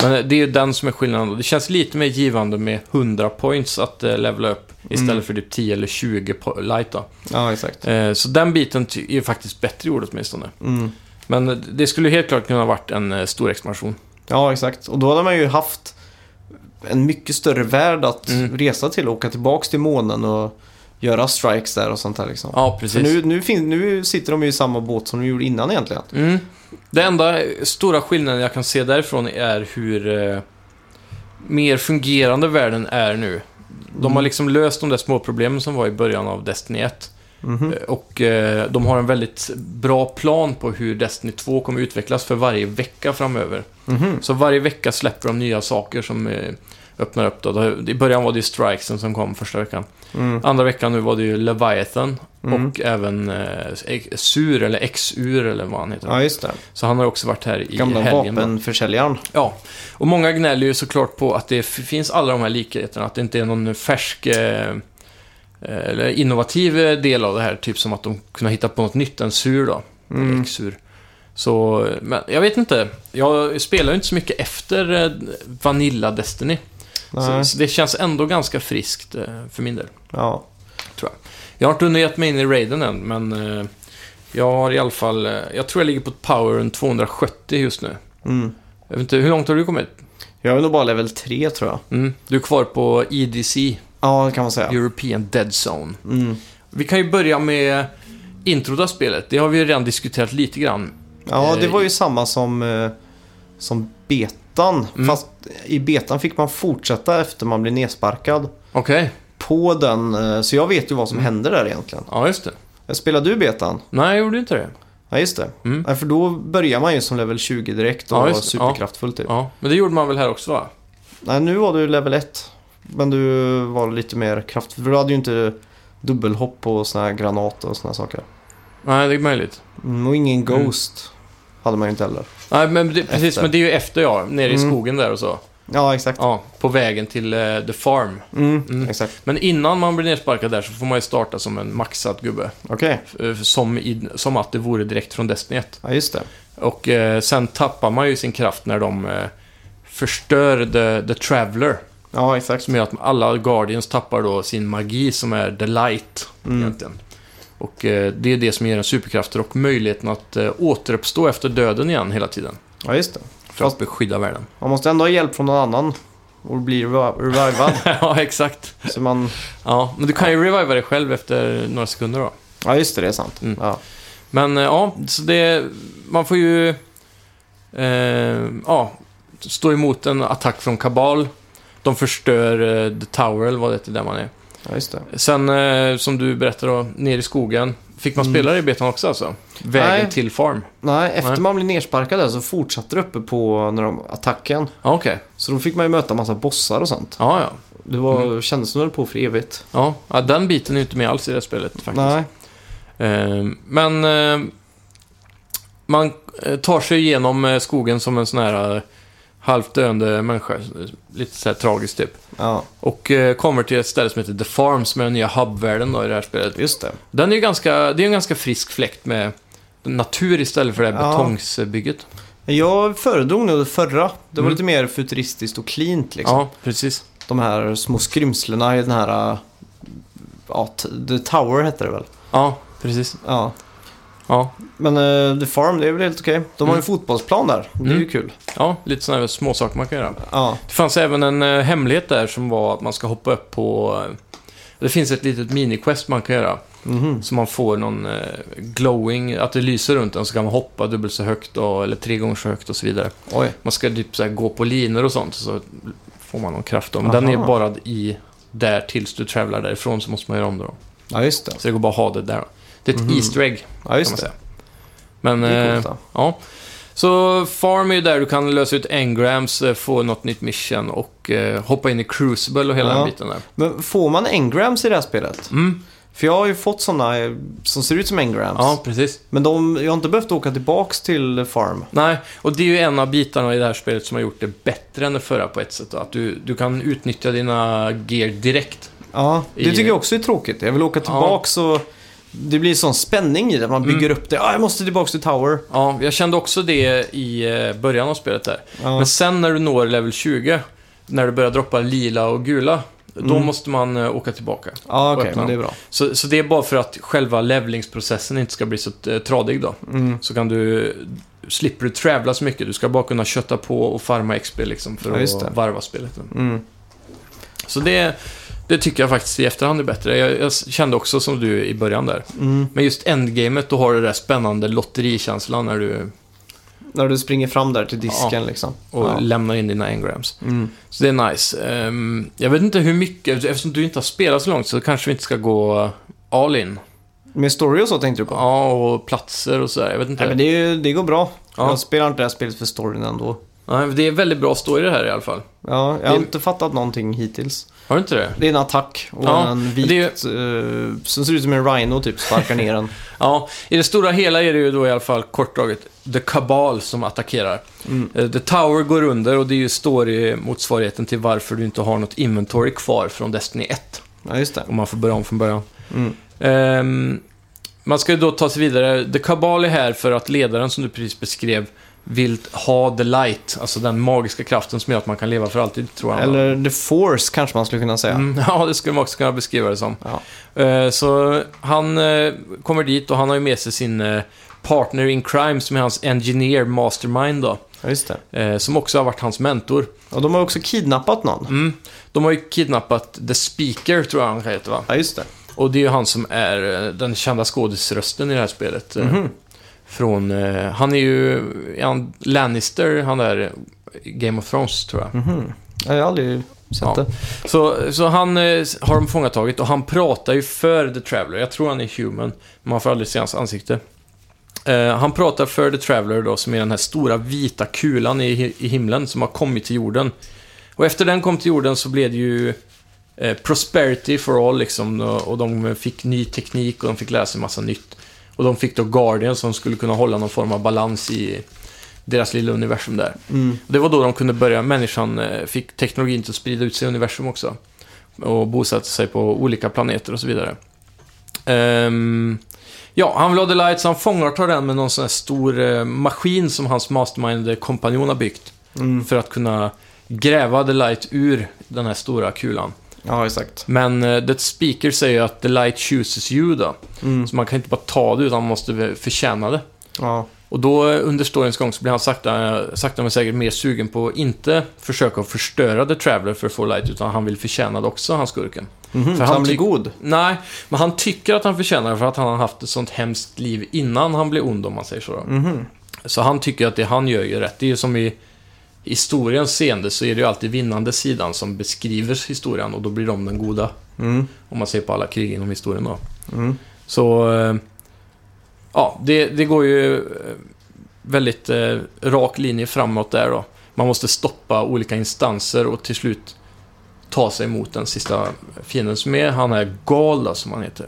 Men eh, det är ju den som är skillnaden. då. Det känns lite mer givande med 100 points att eh, levela upp istället Mm. för typ 10 eller 20 po- light då. Ja, exakt. Eh, så den biten ty- är ju faktiskt bättre gjord åtminstone. Mm. Men eh, det skulle ju helt klart kunna ha varit en eh, stor expansion. Ja, exakt. Och då hade man ju haft en mycket större värld att Mm. resa till och åka tillbaks till månen och göra strikes där och sånt där liksom. Ja, För precis. nu, nu, fin- nu sitter de ju i samma båt som de gjorde innan egentligen. Mm. Det enda eh, stora skillnaden jag kan se därifrån är hur eh, mer fungerande världen är nu. De har Mm. liksom löst de där små problemen som var i början av Destiny 1. Mhm. Eh, Och eh, de har en väldigt bra plan på hur Destiny 2 kommer utvecklas för varje vecka framöver. Mhm. Så varje vecka släpper de nya saker som eh, öppnar upp. Då. Det- I början var det ju strikesen som kom första veckan. Mm. Andra veckan nu var det ju Leviathan Mm. och även eh, Ex- Sur eller Exur eller vad han heter. Ja, just det. Så han har också varit här i Gamla helgen. då. vapenförsäljaren. Ja, och många gnäller ju såklart på att det f- finns alla de här likheterna, att det inte är någon färsk eh, eh, eller innovativ eh, del av det här, typ som att de kunde hitta på något nytt, en sur då, eller Mm. X-sur. Så, eh, men jag vet inte. Jag spelar ju inte så mycket efter eh, Vanilla Destiny. Så, Nej. så det känns ändå ganska friskt eh, för min del. Ja. Jag har inte hunnit gett mig in i raiden än, men eh, jag har i alla fall... eh, Jag tror jag ligger på poweren 270 just nu. Mm. Jag vet inte, hur långt har du kommit? Jag är nog bara level 3 tror jag. Mm. Du är kvar på EDC, Ja, det kan man säga. European Dead Zone. Mm. Vi kan ju börja med introt av spelet. Det har vi ju redan diskuterat lite grann. Ja, det Eh, var ju samma som, eh, som betan. Mm. Fast i betan fick man fortsätta efter man blev nedsparkad Okej, på den. eh, Så jag vet ju vad som Mm. händer där egentligen. ja just det. Spelade du betan? Nej, jag gjorde inte det. Ja, just det. Mm. Nej, för då börjar man ju som level 20 direkt och Ja, var just det. Ja. superkraftfull typ. Ja, men det gjorde man väl här också va? Nej, nu var du level 1. Men du var lite mer kraftfull. För du hade ju inte dubbelhopp och såna här granater och såna här saker. Nej, det är möjligt. Mm, Och ingen Mm. Ghost hade man ju inte heller. Nej, men det, precis, Efter. men det är ju efter ja, nere i Mm. skogen där och så. Ja, exakt. Ja, på vägen till eh, The Farm. Mm, Mm. Exakt. Men innan man blir nedsparkad där så får man ju starta som en maxad gubbe. Okej, Eh, Som, i, som att det vore direkt från Destiny 1. ja just det. Och eh, sen tappar man ju sin kraft när de eh, förstör the, the Traveler. Ja, exakt. Som gör att alla Guardians tappar då sin magi som är the light Mm. egentligen. Och eh, det är det som ger en superkrafter och möjligheten att eh, återuppstå efter döden igen hela tiden. Ja, just det. För att Fast- beskydda världen. Man måste ändå ha hjälp från någon annan och bli revi- revivad. ja, exakt. så man... Ja, men du kan ju reviva dig själv efter några sekunder då. Ja, just det. Det är sant. Mm. Ja. Men eh, ja, så det... Man får ju... Eh, ja, stå emot en attack från Kabal. De förstör eh, The Tower, eller vad det heter, där man är. Ja, just det. Sen, eh, som du berättade då, ner i skogen. Fick man Mm. spela det i betan också alltså? Vägen Nej. till farm? Nej, efter Nej. man blev nersparkad där så fortsatte det uppe på när de, attacken. Ja, okej. Så då fick man ju möta massa bossar och sånt. Ja, ja. Det var, Mm. kändes som det höll på för evigt. Ja, ja, den biten är ju inte med alls i det här spelet faktiskt. Nej. Eh, men eh, man eh, tar sig igenom eh, skogen som en sån här eh, halvt döende människa. eh, Lite så här tragiskt typ. Ja, Och eh, kommer till ett ställe som heter The Farm som är den nya hubvärlden då i det här spelet. just det. Den är ju ganska, det är ju en ganska frisk fläkt med natur istället för det här Ja. betongsbygget. Jag föredrog nog det förra. Det var Mm. lite mer futuristiskt och cleant liksom. Ja, precis. De här små skrymslena i den här... äh, Ja, t- The Tower hette det väl? Ja, precis. Ja. Ja, Men äh, The Farm, det är väl helt okej. De Mm. har ju en fotbollsplan där. Det är ju Mm. kul. ja lite sådana här små saker man kan göra. Ja, Det fanns även en eh, hemlighet där som var att man ska hoppa upp på... eh, Det finns ett litet miniquest man kan göra. Mhm. Så man får någon eh, glowing, att det lyser runt en så kan man hoppa dubbelt så högt och, eller tre gånger så högt och så vidare. oj. Man ska typ så här gå på linor och sånt så får man någon kraft då. Men den Aha. är bara i där tills du travlar därifrån så måste man göra om det då. Ja, just det. Så det går bara att ha det där. då. Det är ett Mhm. Easter egg Ja, kan just man det. säga. Men, Det är eh, coolt, då. ja. Så Farm är ju där du kan lösa ut engrams, eh, få något nytt mission och eh, hoppa in i Crucible och hela Ja. den biten där. Men får man engrams i det här spelet? Mm. För jag har ju fått sådana som ser ut som engrams. Ja, precis. Men de, jag har inte behövt åka tillbaks till Farm. Nej, och det är ju en av bitarna i det här spelet som har gjort det bättre än det förra på ett sätt. Då. Att du, du kan utnyttja dina gear direkt. Ja, det I- tycker jag också är tråkigt. Jag vill åka tillbaks och det blir sån spänning i det. Man Mm. bygger upp det. Ah, jag måste tillbaks till Tower. Ja, jag kände också det i eh, början av spelet där. Ja. Men sen när du når level 20, när du börjar droppa lila och gula, då Mm. måste man eh, åka tillbaka. Ja, okej, öppna men det är bra. Så, så det är bara för att själva levelingsprocessen inte ska bli så eh, tradig då. Mm. Så kan du, slipper du travla så mycket. Du ska bara kunna kötta på och farma XP liksom för Ja, just det. att varva spelet. Mm. Så det, det tycker jag faktiskt i efterhand är bättre. Jag, jag kände också som du i början där. Mm. Men just endgamet, då har du den där spännande lotterikänslan när du När du springer fram där till disken Ja. liksom. och Ja. lämnar in dina engrams. Mm. Så det är nice. Ehm, jag vet inte hur mycket, eftersom du inte har spelat så långt så kanske vi inte ska gå all in. Med story och så tänkte du på? Ja, och platser och sådär. Jag vet inte. Nej, men det, är- det går bra. Ja. Jag spelar inte det här spelet för storyn ändå. Nej, men det är väldigt bra story det här i alla fall. Ja, jag har Det- inte fattat någonting hittills. Har du inte det? Det är en attack och Ja, en vit det eh, som ser ut som en rhino typ sparkar ner den. Ja, i det stora hela är det ju då i alla fall kort draget The Cabal som attackerar. Mm. Eh, The Tower går under och det är ju story-motsvarigheten till varför du inte har något inventory kvar från Destiny 1. Ja, just det. Om man får börja om från början. Mm. Ehm, man ska ju då ta sig vidare. The Cabal är här för att ledaren som du precis beskrev vill ha the light, alltså den magiska kraften som gör att man kan leva för alltid, tror jag. Eller the force kanske man skulle kunna säga. Mm, ja, det skulle man också kunna beskriva det som. Ja. Eh, Så han eh, kommer dit och han har ju med sig sin eh, partner in crime som är hans engineer mastermind då. Ja, just det. eh, Som också har varit hans mentor. Och de har också kidnappat någon. Mm. De har ju kidnappat The Speaker tror jag han heter va? Ja, just det. Och det är ju han som är eh, den kända skådisrösten i det här spelet. eh, Från, eh, han är ju, är han Lannister, han där eh, Game of Thrones tror jag. Mhm. Jag har aldrig sett Ja. det. Så, så han eh, har de fångatagit och han pratar ju för The Traveler. Jag tror han är human, men man får aldrig se hans ansikte. Eh, han pratar för The Traveler då, som är den här stora vita kulan i, hi- i himlen som har kommit till jorden. Och efter den kom till jorden så blev det ju eh, Prosperity for all liksom. Och, och de fick ny teknik och de fick lära sig massa nytt. Och de fick då Guardian som skulle kunna hålla någon form av balans i deras lilla universum där. Mm. Det var då de kunde börja, människan eh, fick teknologin till att sprida ut sig i universum också. Och bosatte sig på olika planeter och så vidare. Ehm, ja, han vill ha The Lights, han fångartar den med någon sån här stor eh, maskin som hans mastermind-kompanjon har byggt. Mm. För att kunna gräva The Light ur den här stora kulan. Ja, exakt. Men eh, The Speaker säger ju att The Light chooses you då. Mm. Så man kan inte bara ta det utan man måste förtjäna det. Ja. Och då eh, under storyns gång så blir han sakta, sakta men säkert mer sugen på att inte försöka förstöra The Traveler för att få Light, utan han vill förtjäna det också, han skurken. Mhm, För så han han blir tyck- god. Nej, men han tycker att han förtjänar det för att han har haft ett sånt hemskt liv innan han blev ond, om man säger så. Då. Mhm. Så han tycker att det han gör är rätt. Det är ju som i, historiens seende så är det ju alltid vinnande sidan som beskriver historien och då blir de den goda. Mm. Om man ser på alla krig inom historien då. Mm. Så... eh, Ja, det, det går ju eh, väldigt eh, rak linje framåt där då. Man måste stoppa olika instanser och till slut ta sig mot den sista fienden som är. Han är Gal då, som han heter.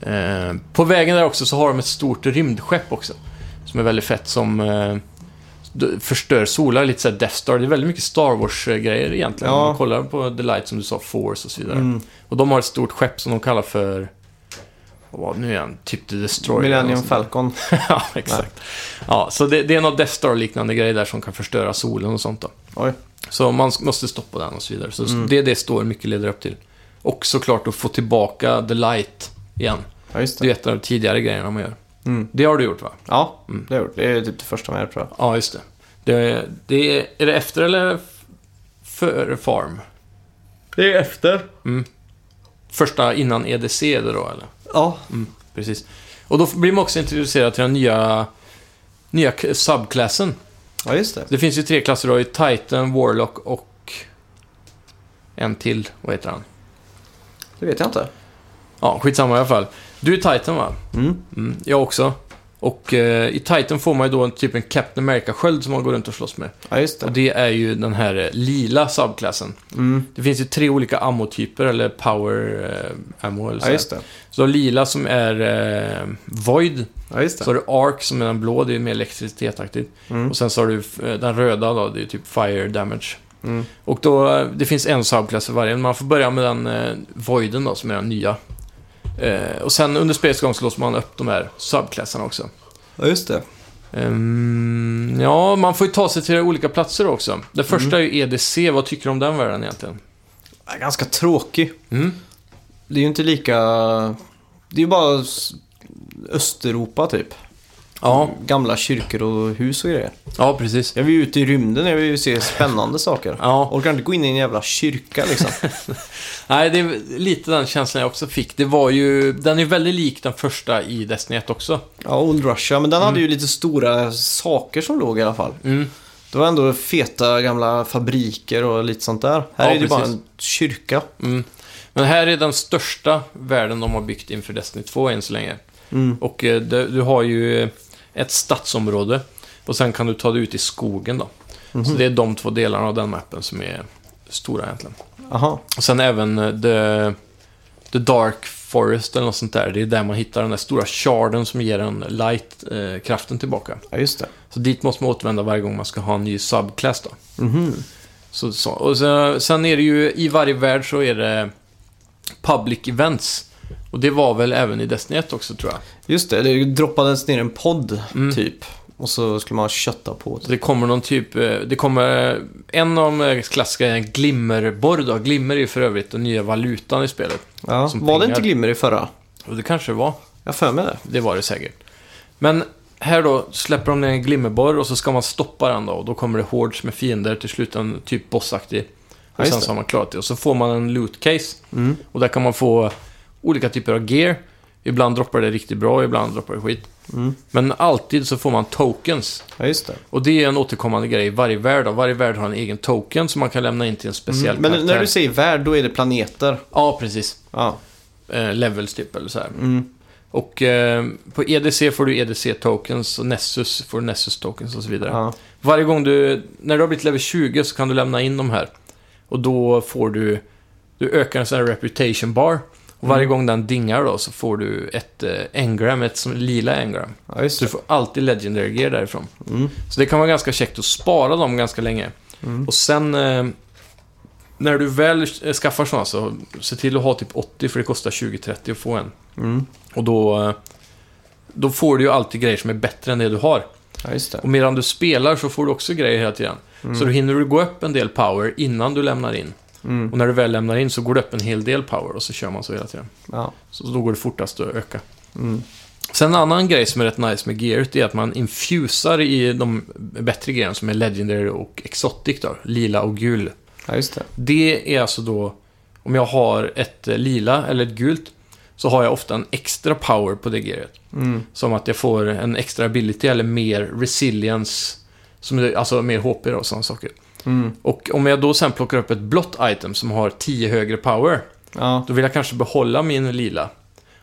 Eh, på vägen där också så har de ett stort rymdskepp också. Som är väldigt fett som eh, d- förstör solar, lite såhär Death Star. Det är väldigt mycket Star Wars-grejer egentligen. Ja. Om man kollar på The Light som du sa, Force och så vidare. Mm. Och de har ett stort skepp som de kallar för... Vad var det nu igen? Typ The Destroyer. eller Millennium något sånt. Falcon. ja, exakt. Ja, så det, det är något Death Star-liknande grej där som kan förstöra solen och sånt då. Oj. Så man s- måste stoppa den och så vidare. Så Mm. det det står mycket leder upp till. Och såklart att få tillbaka The Light igen. Ja, just Det är det. ju ett av de tidigare grejerna man gör. Mm. Det har du gjort va? Ja, Mm. det har jag gjort. Det är typ det första man gör tror jag. Ja, just det. det, det är, är det efter eller f- före Farm? Det är efter. Första innan EDC är det då eller? Ja. Precis. Och då blir man också introducerad till den nya, nya k- subklassen. Ja, just det. Det finns ju tre klasser då, i Titan, Warlock och en till, vad heter han? Det vet jag inte. Ja, skitsamma i alla fall. Du är Titan va? Mm. Mm, jag också. Och eh, i Titan får man ju då en typ en Captain America-sköld som man går runt och slåss med. Ja, just Och det. det är ju den här eh, lila subklassen. Mm. Det finns ju tre olika ammo-typer, eller power eh, ammo eller så. Ja, här. just det. så lila som är eh, void, Ja, just så det. har du arc som är den blå, det är mer elektricitet Mm. Och sen så har du eh, den röda då, det är ju typ fire damage. Mm. Och då, eh, det finns en subklass för varje. Man får börja med den eh, voiden då, som är den nya. Eh, och sen under spelets gång så låser man upp de här subklasserna också. Ja, just det. Ehm, ja, man får ju ta sig till olika platser också. Det första är ju EDC, vad tycker du om den världen egentligen? Ja, Ganska tråkig. Mm. Det är ju inte lika... Det är ju bara s- Östeuropa typ. Ja, Gamla kyrkor och hus och grejer. ja precis. Jag vill ju ut i rymden, jag vill ju se spännande saker. Ja, Orkar inte gå in i en jävla kyrka liksom. nej det är lite den känslan jag också fick. Det var ju, den är väldigt lik den första i Destiny 1 också. Ja, Old Russia, men den hade ju lite stora saker som låg i alla fall. Mm. Det var ändå feta gamla fabriker och lite sånt där. Ja, Här är det ju bara precis. en kyrka. Mm. Men här är den största världen de har byggt inför Destiny 2 än så länge. Mm. Och eh, du, du har ju eh, ett stadsområde och sen kan du ta dig ut i skogen då. Så det är de två delarna av den mappen som är stora egentligen. Aha. Och sen även eh, the, the Dark Forest eller något sånt där. Det är där man hittar den där stora sharden som ger en light-kraften tillbaka. Ja, just det. Så dit måste man återvända varje gång man ska ha en ny subclass då. Mhm. Så, så. Och så, sen är det ju, i varje värld så är det public events. Och det var väl även i Destiny 1 också tror jag. Just det, det droppades ner en podd Mm. typ. Och så skulle man kötta på. Så Typ. det kommer någon typ, eh, det kommer, eh, en av de klassiska är en glimmerborr då. Glimmer är ju för övrigt den nya valutan i spelet. Ja. som Var det pengar. inte glimmer i förra? Och det kanske det var. Jag har för mig det. Det var det säkert. Men här då släpper de ner en glimmerborr och så ska man stoppa den då. Och då kommer det hordes med fiender, till slut en typ bossaktig. Ja, Och just sen det. Mm. så har man klarat det. Och så får man en loot case. Och där kan man få olika typer av gear. Ibland droppar det riktigt bra, ibland droppar det skit. Mm. Men alltid så får man tokens. Ja, just det. Och det är en återkommande grej i varje värld. då. Varje värld har en egen token som man kan lämna in till en speciell Mm. Men karaktär. när du säger värld, då är det planeter. Ja, precis. Ja. Eh, levels typ, eller så här. Mm. Och eh, på EDC får du E EDC-tokens och Nessus får du Nessus-tokens och så vidare. Ja. Varje gång du, när du har blivit level 20 så kan du lämna in de här. Och då får du, du ökar en sån här reputation bar. Och Mm. varje gång den dingar då så får du ett eh, engram, ett som lila engram. ja, just Så du det. får alltid legendary gear därifrån. Mm. Så det kan vara ganska käckt att spara dem ganska länge. Mm. Och sen eh, när du väl eh, skaffar sådana så se till att ha typ 80 för det kostar 20-30 att få en. Mm. Och då, eh, då får du ju alltid grejer som är bättre än det du har. Ja, just det. Och medan du spelar så får du också grejer hela tiden. Så då hinner du gå upp en del power innan du lämnar in. Mm. Och när du väl lämnar in så går det upp en hel del power och så kör man så hela tiden. Ja. Så då går det fortast att öka. Mm. Sen en annan grej som är rätt nice med gearet är att man infusar i de bättre grejerna som är legendary och exotic då, lila och gul. ja, just det. Det är alltså då, om jag har ett eh, lila eller ett gult, så har jag ofta en extra power på det gearet. Mm. Som att jag får en extra ability eller mer resilience Som, är- alltså mer HP och sådana saker. Mm. Och om jag då sen plockar upp ett blått item som har 10 högre power, Ja. då vill jag kanske behålla min lila.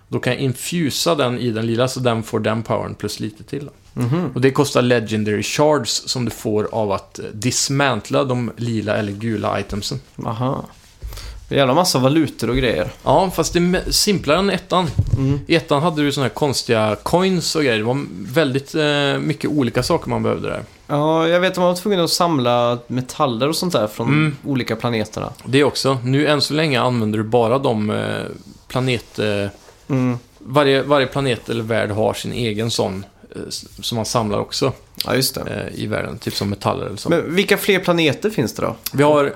Då kan jag infusa den i den lila så den får den powern plus lite till. Då. Mhm. Och det kostar legendary shards som du får av att eh, dismantla de lila eller gula itemsen. Aha. Det är jävla massa valutor och grejer. Ja, fast det är me- simplare än ettan. Mm. I ettan hade du såna här konstiga coins och grejer. Det var väldigt eh, mycket olika saker man behövde där. Ja, jag vet att man var tvungen att samla metaller och sånt där från Mm. olika planeterna. Det också. Nu än så länge använder du bara de eh, planet... Eh, Mm. varje, varje planet eller värld har sin egen sån eh, s- som man samlar också Ja, just det. eh, i världen. Typ som metaller eller så. Men vilka fler planeter finns det då? Vi har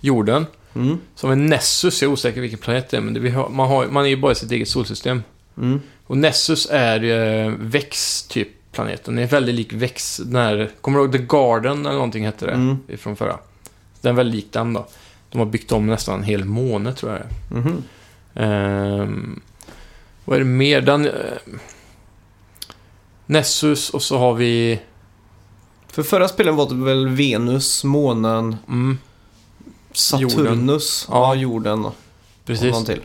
jorden Mm. som är Nessus. Jag är osäker vilken planet det är, men det, vi har, man, har, man är ju bara i sitt eget solsystem. Mm. Och Nessus är eh, Vex, typ planeten. Den är väldigt lik Vex. Den här, kommer du ihåg The Garden eller någonting hette det? Mm. Från förra. Den är väldigt lik den då. De har byggt om nästan en hel måne tror jag det är. Mhm. Ehm, vad är det mer? Den, eh, Nessus och så har vi... För förra spelen var det väl Venus, månen, Mm, Saturnus, Ja. ja. jorden och precis. någon till.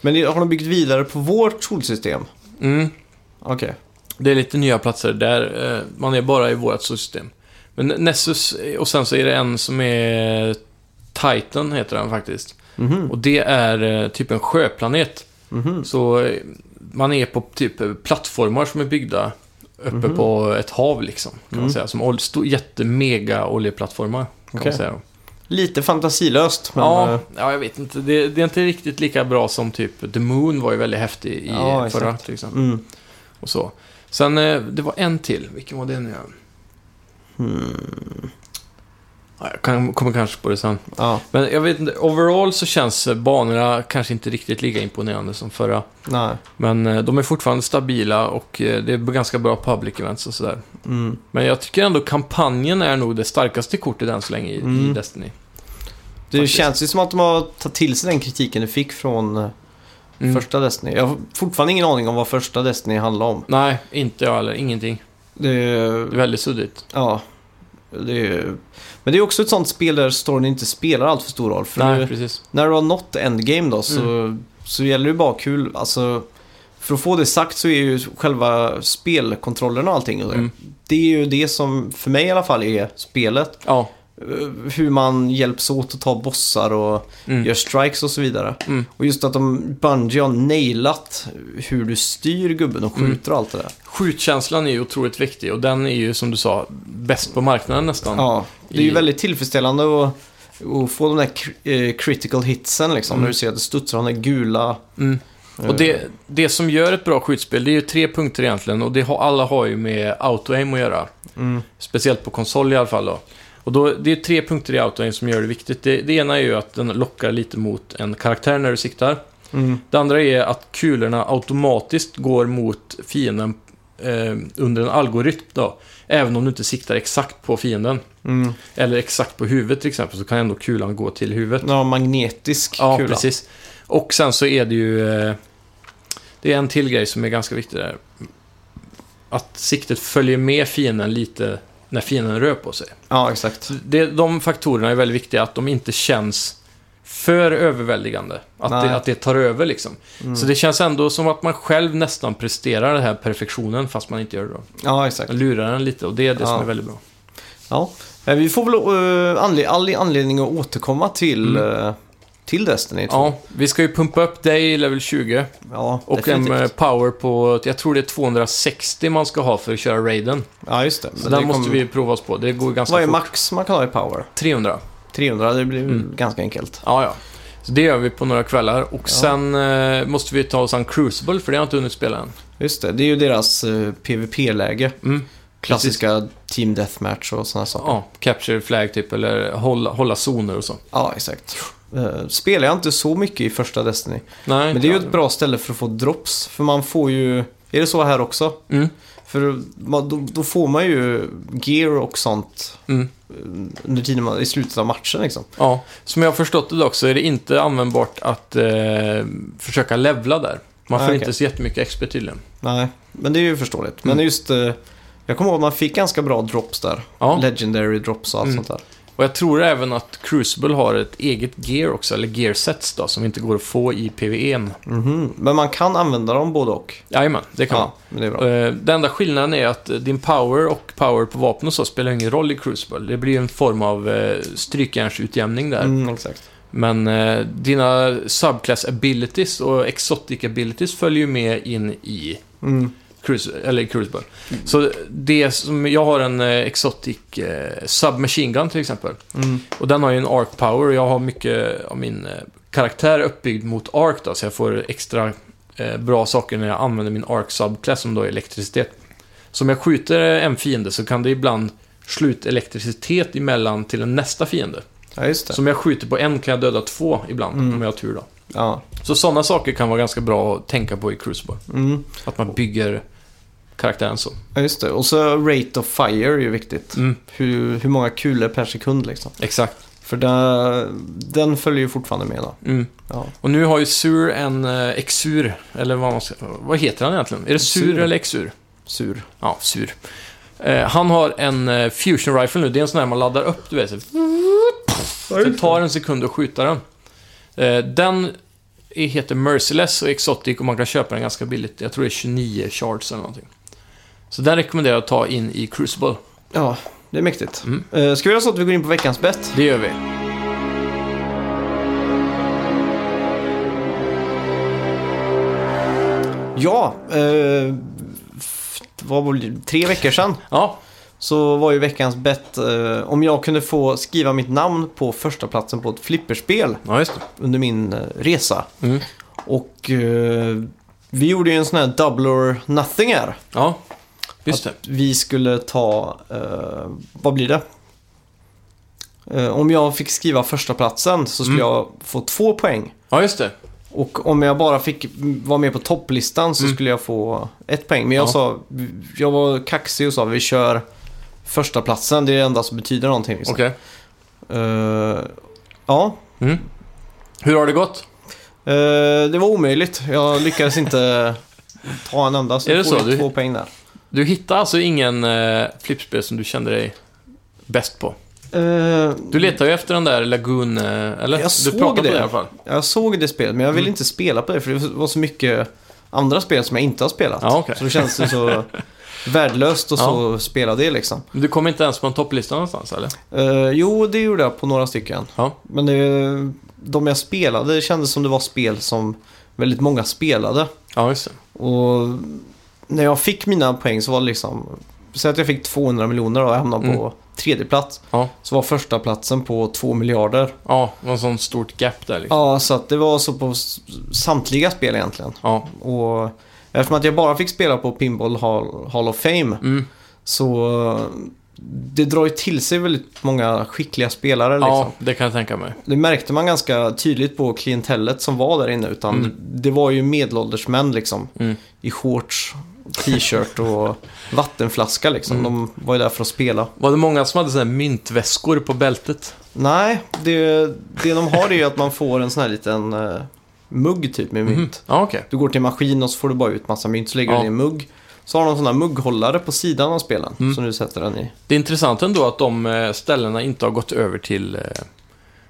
Men har de byggt vidare på vårt solsystem? Mm, Okej. det är lite nya platser där. eh, Man är bara i vårt system. Men Nessus eh, och sen så är det en som är Titan heter den faktiskt. Mhm. Och det är eh, typ en sjöplanet. Mhm. Så eh, man är på typ eh, plattformar som är byggda uppe Mhm. på ett hav liksom. Kan man Mm. säga. Som ol- sto- jättemega oljeplattformar. Kan Okej. man säga då. Lite fantasilöst, men... ja, eh, ja, jag vet inte. Det, det är inte riktigt lika bra som typ The Moon var ju väldigt häftig i Ja, förra. exakt. Till exempel. Mm. Och så. Sen, eh, det var en till. Vilken var det nu? Hmm. Ja, Jag kan, kommer kanske på det sen. Ja, Men jag vet inte. Overall så känns eh, banorna kanske inte riktigt lika imponerande som förra. nej. Men eh, de är fortfarande stabila och eh, det är ganska bra public events och sådär. Mm. Men jag tycker ändå kampanjen är nog det starkaste kortet än så länge i, i Mm. Destiny. Det Faktiskt. känns ju som att de har tagit till sig den kritiken du fick från eh, Mm. första Destiny. Jag har fortfarande ingen aning om vad första Destiny handlar om. Nej, inte jag eller ingenting. Det, Det är väldigt suddigt. ja. Det, men det är också ett sånt spel där storyn inte spelar allt för stor roll. För Nej, du- precis. när du har nått endgame då så, Mm. så gäller det ju bara kul. Alltså, för att få det sagt så är ju själva spelkontrollen och allting. och det- Mm. Det är ju det som för mig i alla fall är spelet. Ja. Eh, Hur man hjälps åt att ta bossar och Mm. gör strikes och så vidare. Mm. Och just att de Bungie har nailat hur du styr gubben och Mm. skjuter och allt det där. Skjutkänslan är ju otroligt viktig och den är ju som du sa bäst på marknaden nästan. Ja, det är ju I- väldigt tillfredsställande att, att få de där cr- eh, critical hitsen liksom. Mm. När du ser att det studsar, de där gula. Mm. eh, Och det, det som gör ett bra skjutspel, det är ju tre punkter egentligen och det har, alla har ju med auto-aim att göra. Mm. Speciellt på konsol i alla fall då. Och då, det är tre punkter i auto-aim som gör det viktigt. Det, det ena är ju att den lockar lite mot en karaktär när du siktar. Mm. Det andra är att kulorna automatiskt går mot fienden eh, under en algoritm då. Även om du inte siktar exakt på fienden. Mm. Eller exakt på huvudet till exempel, så kan ändå kulan gå till huvudet. Ja, magnetisk Ja, kula. precis. Och sen så är det ju... eh, Det är en till grej som är ganska viktig där. Att siktet följer med fienden lite när fienden rör på sig. Ja, exakt. Så Det, de faktorerna är väldigt viktiga, att de inte känns för överväldigande. Att, Nej. det, att det tar över liksom. Mm. Så det känns ändå som att man själv nästan presterar den här perfektionen fast man inte gör det då. Ja, exakt. Man lurar den lite och det är det som Ja. är väldigt bra. Ja. Eh, Vi får väl eh, anle- all anledning att återkomma till, eh, till Destiny 2. Mm. Ja, vi ska ju pumpa upp dig i level 20 ja och en eh, definitivt. power på, jag tror det är 260 man ska ha för att köra raiden. Ja, just det. Så det den måste kommer- vi prova oss på. Det går ganska Vad är fort. max man kan ha i power? 300. 300, det blir Mm. ganska enkelt. Ja, ja. Så det gör vi på några kvällar och sen eh, måste vi ta oss an Crucible för det har jag inte hunnit spela än. Just det, det är ju deras eh, PVP-läge. Mm. Klassiska Team Deathmatch och sådana saker. Ja, Ja, capture flag typ eller hålla, hålla zoner och så. exakt. Eh, Spelar jag inte så mycket i första Destiny. Nej, Men det är ju ja, ett bra ställe för att få drops. För man får ju... Är det så här också? Mm, För man, då, då får man ju gear och sånt mm. eh, under tiden man, i slutet av matchen liksom. Ja, som jag har förstått det dock så är det inte användbart att eh, försöka levla där. Man får Ah, okej. inte så jättemycket XP tydligen. Nej, men det är ju förståeligt. Men Mm. just eh, Jag kommer ihåg att man fick ganska bra drops där. Ja. Legendary drops och allt Mm. sånt där. Och jag tror även att Crucible har ett eget gear också, eller gearsets då, som inte går att få i PVE'n. Mhm. Men man kan använda dem både och. Jajamän, det kan man. Ja, men det är bra. Eh, Den enda skillnaden är att eh, din power och power på vapen och så spelar ingen roll i Crucible. Det blir ju en form av eh, strykjärnsutjämning där. Mm, exakt. Men eh, dina subclass abilities och exotic abilities följer ju med in i Mm. Crucible. Eller i Crucible. Så det som, jag har en eh, exotic eh, submachine gun till exempel. Mm. Och den har ju en arc power och jag har mycket av min eh, karaktär uppbyggd mot arc då, så jag får extra eh, bra saker när jag använder min arc subclass som då är elektricitet. Så om jag skjuter en fiende så kan det ibland sluta elektricitet emellan till en nästa fiende. Ja, just det. Så om jag skjuter på en kan jag döda två ibland, Mm. om jag har tur då. Ja. Så sådana saker kan vara ganska bra att tänka på i Crucible. Mm. Att man bygger karaktären så. ja, just det. Och så rate of fire är ju viktigt. Mm, Hur, hur många kulor per sekund liksom. exakt. För den, den följer ju fortfarande med då. Mm. Ja. Och nu har ju Sur en eh, Exur, eller vad man ska, Vad heter han egentligen? Är det Sur, Exur. eller Exur? Sur. Ja, Sur. Eh, han har en eh, Fusion Rifle nu. Det är en sån här man laddar upp, du vet. Så det tar en sekund att skjuta den. Eh, den är- heter Merciless och Exotic och man kan köpa den ganska billigt. Jag tror det är 29 shards eller någonting. Så den rekommenderar jag att ta in i Crucible. Ja, det är mäktigt. Mm. Eh, Ska vi göra så att vi går in på veckans bett? Det gör vi. Ja, eh, f- vad var det, tre veckor sedan Ja, så var ju veckans bett eh, om jag kunde få skriva mitt namn på första platsen på ett flipperspel ja just det. under min eh, resa. Mm. Och eh, vi gjorde ju en sån här double or nothing här. Ja, just det. Att vi skulle ta, eh, vad blir det? Eh, om jag fick skriva första platsen så skulle Mm. jag få två poäng. Ja, just det. Och om jag bara fick vara med på topplistan så Mm. skulle jag få ett poäng. Men jag Ja. sa, jag var kaxig och sa vi kör första platsen. Det är det enda som betyder någonting. Liksom. Okej. Eh, ja, Mm. Hur har det gått? Eh, det var omöjligt. Jag lyckades inte ta en enda. Så Är det jag får så? Du- två poäng där. Du hittade alltså ingen eh, flippspel som du kände dig bäst på? Eh, Du letar ju efter den där Lagoon, eh, eller? Jag du såg pratade om det. i alla fall. Jag såg det spelet, men jag ville Mm. inte spela på det för det var så mycket andra spel som jag inte har spelat. Ja, okej. Så det känns det så värdelöst att så spela det liksom. Men du kom inte ens på en topplista någonstans, eller? Eh, jo, det gjorde jag på några stycken. Ja. Men det, de jag spelade det kändes som det var spel som väldigt många spelade. Ja, just det. Och när jag fick mina poäng så var det liksom... Säg att jag fick 200 miljoner och jag hamnade på tredje plats. Mm. Ja. Så var första platsen på 2 miljarder. Ja, det var en sån stort gap där liksom. Ja, så att det var så på s- samtliga spel egentligen. Ja. Och eftersom att jag bara fick spela på Pinball Hall, Hall of Fame Mm. så det drar ju till sig väldigt många skickliga spelare. Liksom. ja, det kan jag tänka mig. Det märkte man ganska tydligt på klientellet som var där inne. Utan Mm. Det var ju medelålders män liksom, Mm. i shorts, t-shirt och vattenflaska. Mm. Liksom. De var ju där för att spela. Var det många som hade såna här myntväskor på bältet? Nej, det, det de har är ju att man får en sån här liten eh, mugg typ med mynt. Mhm. Ja, okej. Du går till en maskin och så får du bara ut massa mynt så lägger Ja. du ner en mugg. Så har de sådana mugghållare på sidan av spelen Mm. som du sätter den i. Det är intressant ändå att de eh, ställena inte har gått över till eh,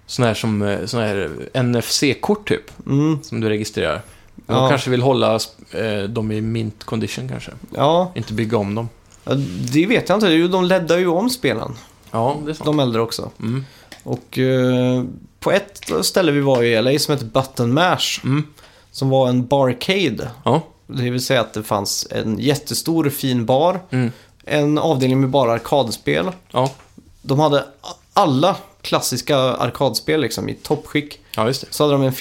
såna här som eh, såna här NFC-kort typ, Mm, som du registrerar. De Ja. kanske vill hålla eh, dem i mint condition kanske, ja, inte bygga om dem. det vet jag inte. Jo, De leddar ju om spelen, Ja, det är sant. de äldre också. Mm. Och eh, på ett ställe vi var i LA som hette Button Mash, Mm. som var en barcade. Ja. Det vill säga att det fanns en jättestor fin bar, Mm. en avdelning med bara arkadspel. Ja. De hade a- alla klassiska arkadspel liksom i toppskick. ja, just det. Så hade de en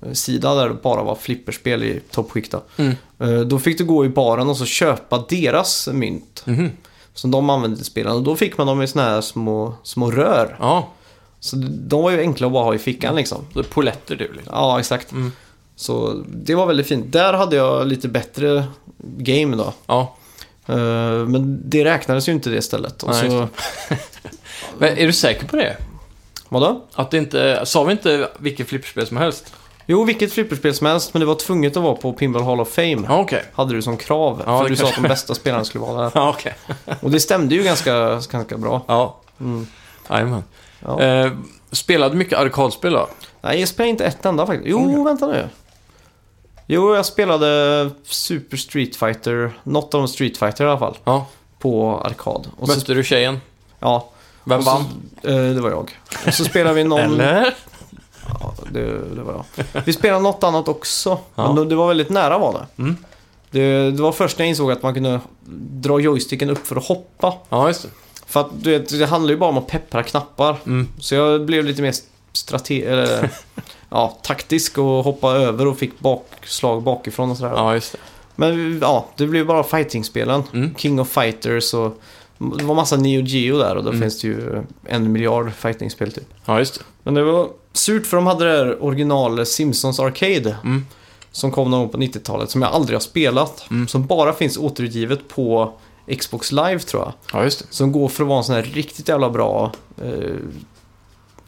flippersida där det bara var flipperspel i toppskikt. Då. Mm. Eh, då fick du gå i baren och så köpa deras mynt Mhm. som de använde i spelen. Och då fick man dem i såna här små, små rör. Ja, Så de var ju enkla att bara ha i fickan liksom. så poletter du liksom. Ja, exakt. Mm. Så det var väldigt fint. Där hade jag lite bättre game då. Ja. Eh, Men det räknades ju inte det stället. Och Nej, så, Men är du säker på det? vadå? Att det inte, sa vi inte vilket flipperspel som helst? Jo, vilket flipperspel som helst, men det var tvunget att vara på Pinball Hall of Fame. Ja, Okej. Hade du som krav, Ja, för det du sa att kanske- de bästa spelarna skulle vara där. Ja, okej. Och det stämde ju ganska, ganska bra. Ja, Mm. jajamän. Ja. Eh, spelade du mycket arkadspel då? Nej, jag spelade inte ett enda faktiskt. Jo, Okej. vänta nu. Jo, jag spelade Super Street Fighter, något av Street Fighter i alla fall, Ja. på arkad. Och så, Mötte du tjejen? ja, Vem och så, vann? Eh, det var jag. Och så spelade vi någon... Eller? Ja, det, det var jag. Vi spelade något annat också, Ja. men det, det var väldigt nära var det. Mm. det. Det var först när jag insåg att man kunde dra joysticken upp för att hoppa. Ja, just det. För att du vet, det handlar ju bara om att peppra knappar. Mm. Så jag blev lite mer strate- eller, ja, taktisk och hoppade över och fick bakslag bakifrån och sådär. Ja, just det. Men ja, det blev bara fightingspelen. Mm. King of Fighters och det var massa Neo Geo där och då Mm. finns det ju en miljard fightingspel typ. Ja, just det. Men det var surt för de hade det här original Simpsons Arcade Mm. som kom någon gång på 90-talet som jag aldrig har spelat. Mm. Som bara finns återutgivet på Xbox Live tror jag. Ja, just det. Som går för att vara en sån här riktigt jävla bra eh,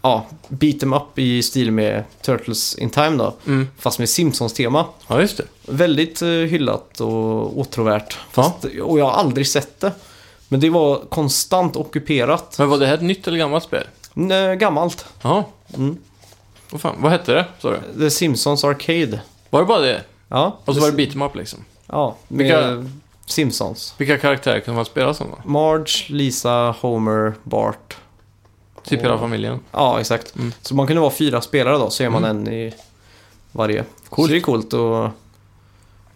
ja, beat em up i stil med Turtles in Time då. Mm. Fast med Simpsons-tema. Ja, just det. Väldigt... Väldigt eh, hyllat och åtråvärt. Fast, Och jag har aldrig sett det. Men det var konstant ockuperat. Men var det här ett nytt eller gammalt spel? N- gammalt. Ja. Mm. Vad fan, vad hette det? Sa du? The Simpsons Arcade. Var det bara det? Ja. Och så var det beat em up liksom? Ja, med Vilka- Simpsons. Vilka karaktärer kunde man spela som då? Marge, Lisa, Homer, Bart. Typ Åh. hela familjen? Ja, exakt. Mm. Så man kunde vara fyra spelare då, så är man en i varje. Coolt. Så det är coolt och...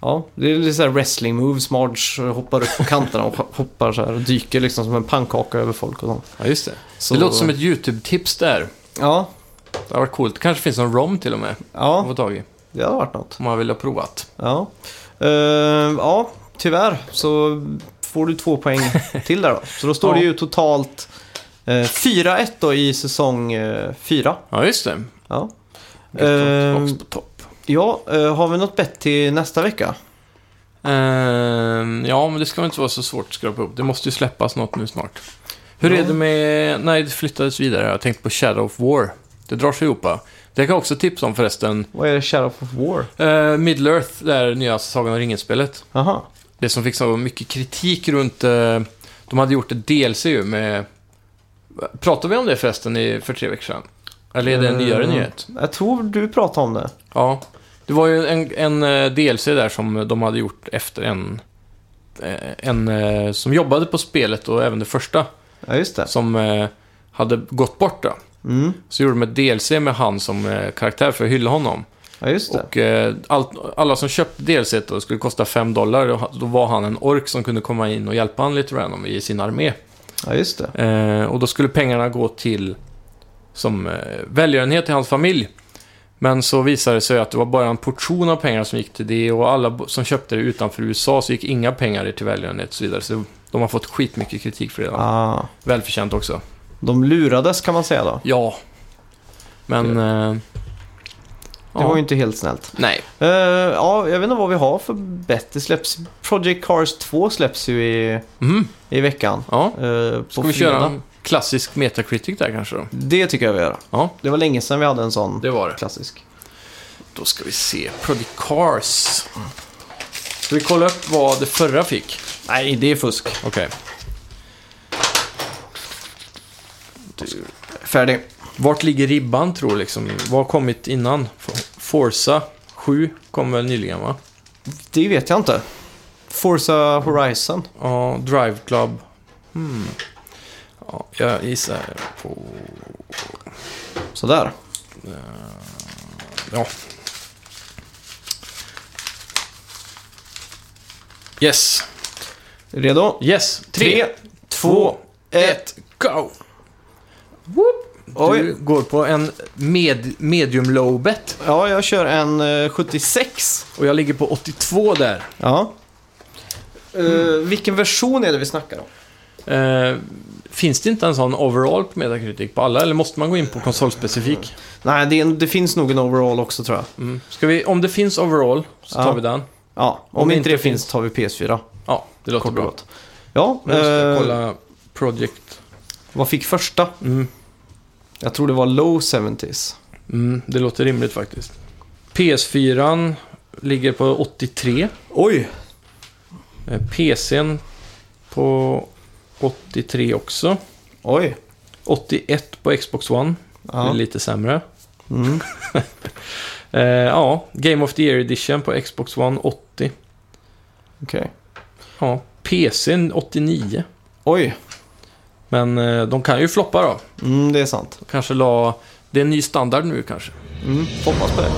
Ja, det är lite såhär wrestling moves. Marge hoppar upp på kanterna och hoppar så här och dyker liksom som en pannkaka över folk och sånt. Ja, just det. Så, Det låter som ett YouTube-tips där. Ja, Det har varit coolt. kanske finns någon ROM till och med att ja få tag i. det har varit något. Om man vill ha provat. Ja. Eh, ja, tyvärr så får du två poäng till där då. Så då står Ja. det ju totalt eh, 4-1 då i säsong eh, 4. Ja, just det. Ja. Gött Ehm. att tillbaks på topp. Ja, eh, har vi något bett till nästa vecka? Ehm, ja, men det ska väl inte vara så svårt att skrapa upp. Det måste ju släppas något nu snart. Hur Ja. är det med... Nej, det flyttades vidare. Jag tänkte på Shadow of War. Det drar sig ihop. va? Det kan jag också tipsa om förresten. Vad är Shadow of War? Uh, Middle Earth, det här nya Sagan om ringen-spelet. Aha. Det som fick så mycket kritik runt... eh, de hade gjort ett DLC ju med... Pratade vi om det förresten i, för tre veckor sedan? Eller är det en nyare Eh, nyhet? Jag tror du pratade om det. Ja. Det var ju en, en eh, DLC där som de hade gjort efter en... eh, En eh, som jobbade på spelet och även det första. Ja, just det. Som eh, hade gått bort då. Mm. Så gjorde de ett DLC med han som eh, karaktär för att hylla honom. Ja, just det. Och eh, allt, alla som köpte DLC då skulle kosta 5 dollar. och ha- Då var han en ork som kunde komma in och hjälpa han lite random i sin armé. Ja, just det. Eh, och då skulle pengarna gå till som eh, välgörenhet till hans familj. Men så visade det sig att det var bara en portion av pengar som gick till det och alla bo- som köpte det utanför USA så gick inga pengar till välgörenhet och så vidare. Så de har fått skitmycket kritik för det. Ah, Välförtjänt också. de lurades kan man säga då. Ja. Men... Eh, Det var ju inte helt snällt. Nej. Eh, ja, jag vet inte vad vi har för bett. Det släpps... Project Cars 2 släpps ju i, Mhm. i veckan. Ja. Uh, på Ska vi fredag. köra en klassisk Metacritic där kanske då? Det tycker jag vi gör. Ja. Det var länge sedan vi hade en sån Det var det. klassisk. Då ska vi se. Project Cars. Ska vi kolla upp vad det förra fick? Nej, det är fusk. Okej. Färdig. Vart ligger ribban tror du liksom? Vad har kommit innan? Forza 7 kom väl nyligen va? Det vet jag inte. Forza Horizon. Ja, Drive Club. Hmm. Ja, jag gissar på... Sådär. Ja. Yes. Redo? Yes. Tre, Tre, två, Eh, ett, go! Du Oj. går på en med, medium low bet Ja, jag kör en eh, 76. och jag ligger på 82 där. Ja. Eh, vilken version är det vi snackar om? Eh, finns det inte en sån overall på Metacritic på alla eller måste man gå in på konsolspecifik? Nej, det, är en, det finns nog en overall också tror jag. Mm. Ska vi, om det finns overall så tar Ja. vi den. Ja, om, Om det inte det inte finns tar vi PS4. Ja, det låter Kort och bra. gott. Ja, Nu ska jag eh, kolla Project. vad fick första? Mm. Jag tror det var low 70s. Mm, det låter rimligt faktiskt. PS4 ligger på 83. Oj! Eh, PCn på 83 också. Oj! 81 på Xbox One. Det är Ja. lite sämre. Mm. Eh, ja, Game of the Year Edition på Xbox One 80. Okej. Ja, PCn 89. Oj! Men eh, de kan ju floppa då. Mm, det är sant. Kanske la... Det är en ny standard nu kanske. Mm, hoppas på det.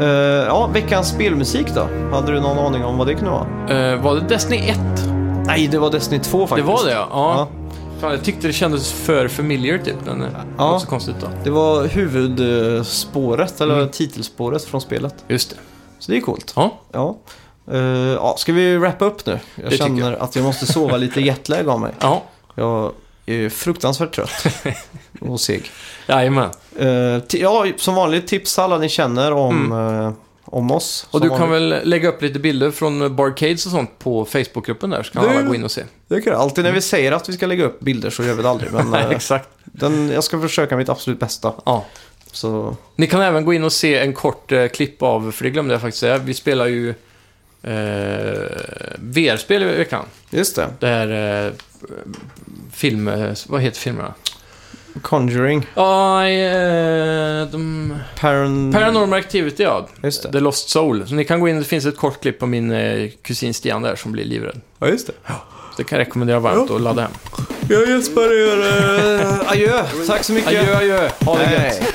Eh, ja, veckans spelmusik då? Hade du någon aning om vad det kunde vara? Eh, var det Destiny 1? Nej, det var Destiny 2 Det faktiskt. var det ja. Ja, ja. Fan, jag tyckte det kändes för familiar typ. Den är Ja. så konstigt då. det var huvudspåret, eller Mm. titelspåret från spelet. Just det. Så det är coolt. Ja, Ja. Eh, ja, ska vi wrappa upp nu? Jag Det tycker känner att jag måste sova lite jetlag av mig. ja. Jag är fruktansvärt trött och seg. Jajamän. Eh, ti- ja, som vanligt tips alla ni känner om, eh, om oss. Mm. Och Som du kan vanligt. väl lägga upp lite bilder från Barcades och sånt på Facebookgruppen där så kan Det- alla gå in och se. Det kan jag. Alltid när vi säger att vi ska lägga upp bilder så gör vi det aldrig. Men eh, exakt. den, jag ska försöka mitt absolut bästa. Ja. Så, Ni kan även gå in och se en kort eh, klipp av, för det glömde jag faktiskt säga, vi spelar ju eh, VR-spel i veckan. just det. Det här eh, film... eh, Vad heter filmerna? Conjuring. Ja, eh, de... Paran... Paranormal Activity, ja. Just det. The Lost Soul. Så ni kan gå in, det finns ett kort klipp på min eh, kusin Stian där som blir livrädd. Ja, just det. Så det kan jag rekommendera varmt att ladda hem. Jag Jesper er. eh, adjö. Tack så mycket. Adjö, adjö. Ha det gött. Hej.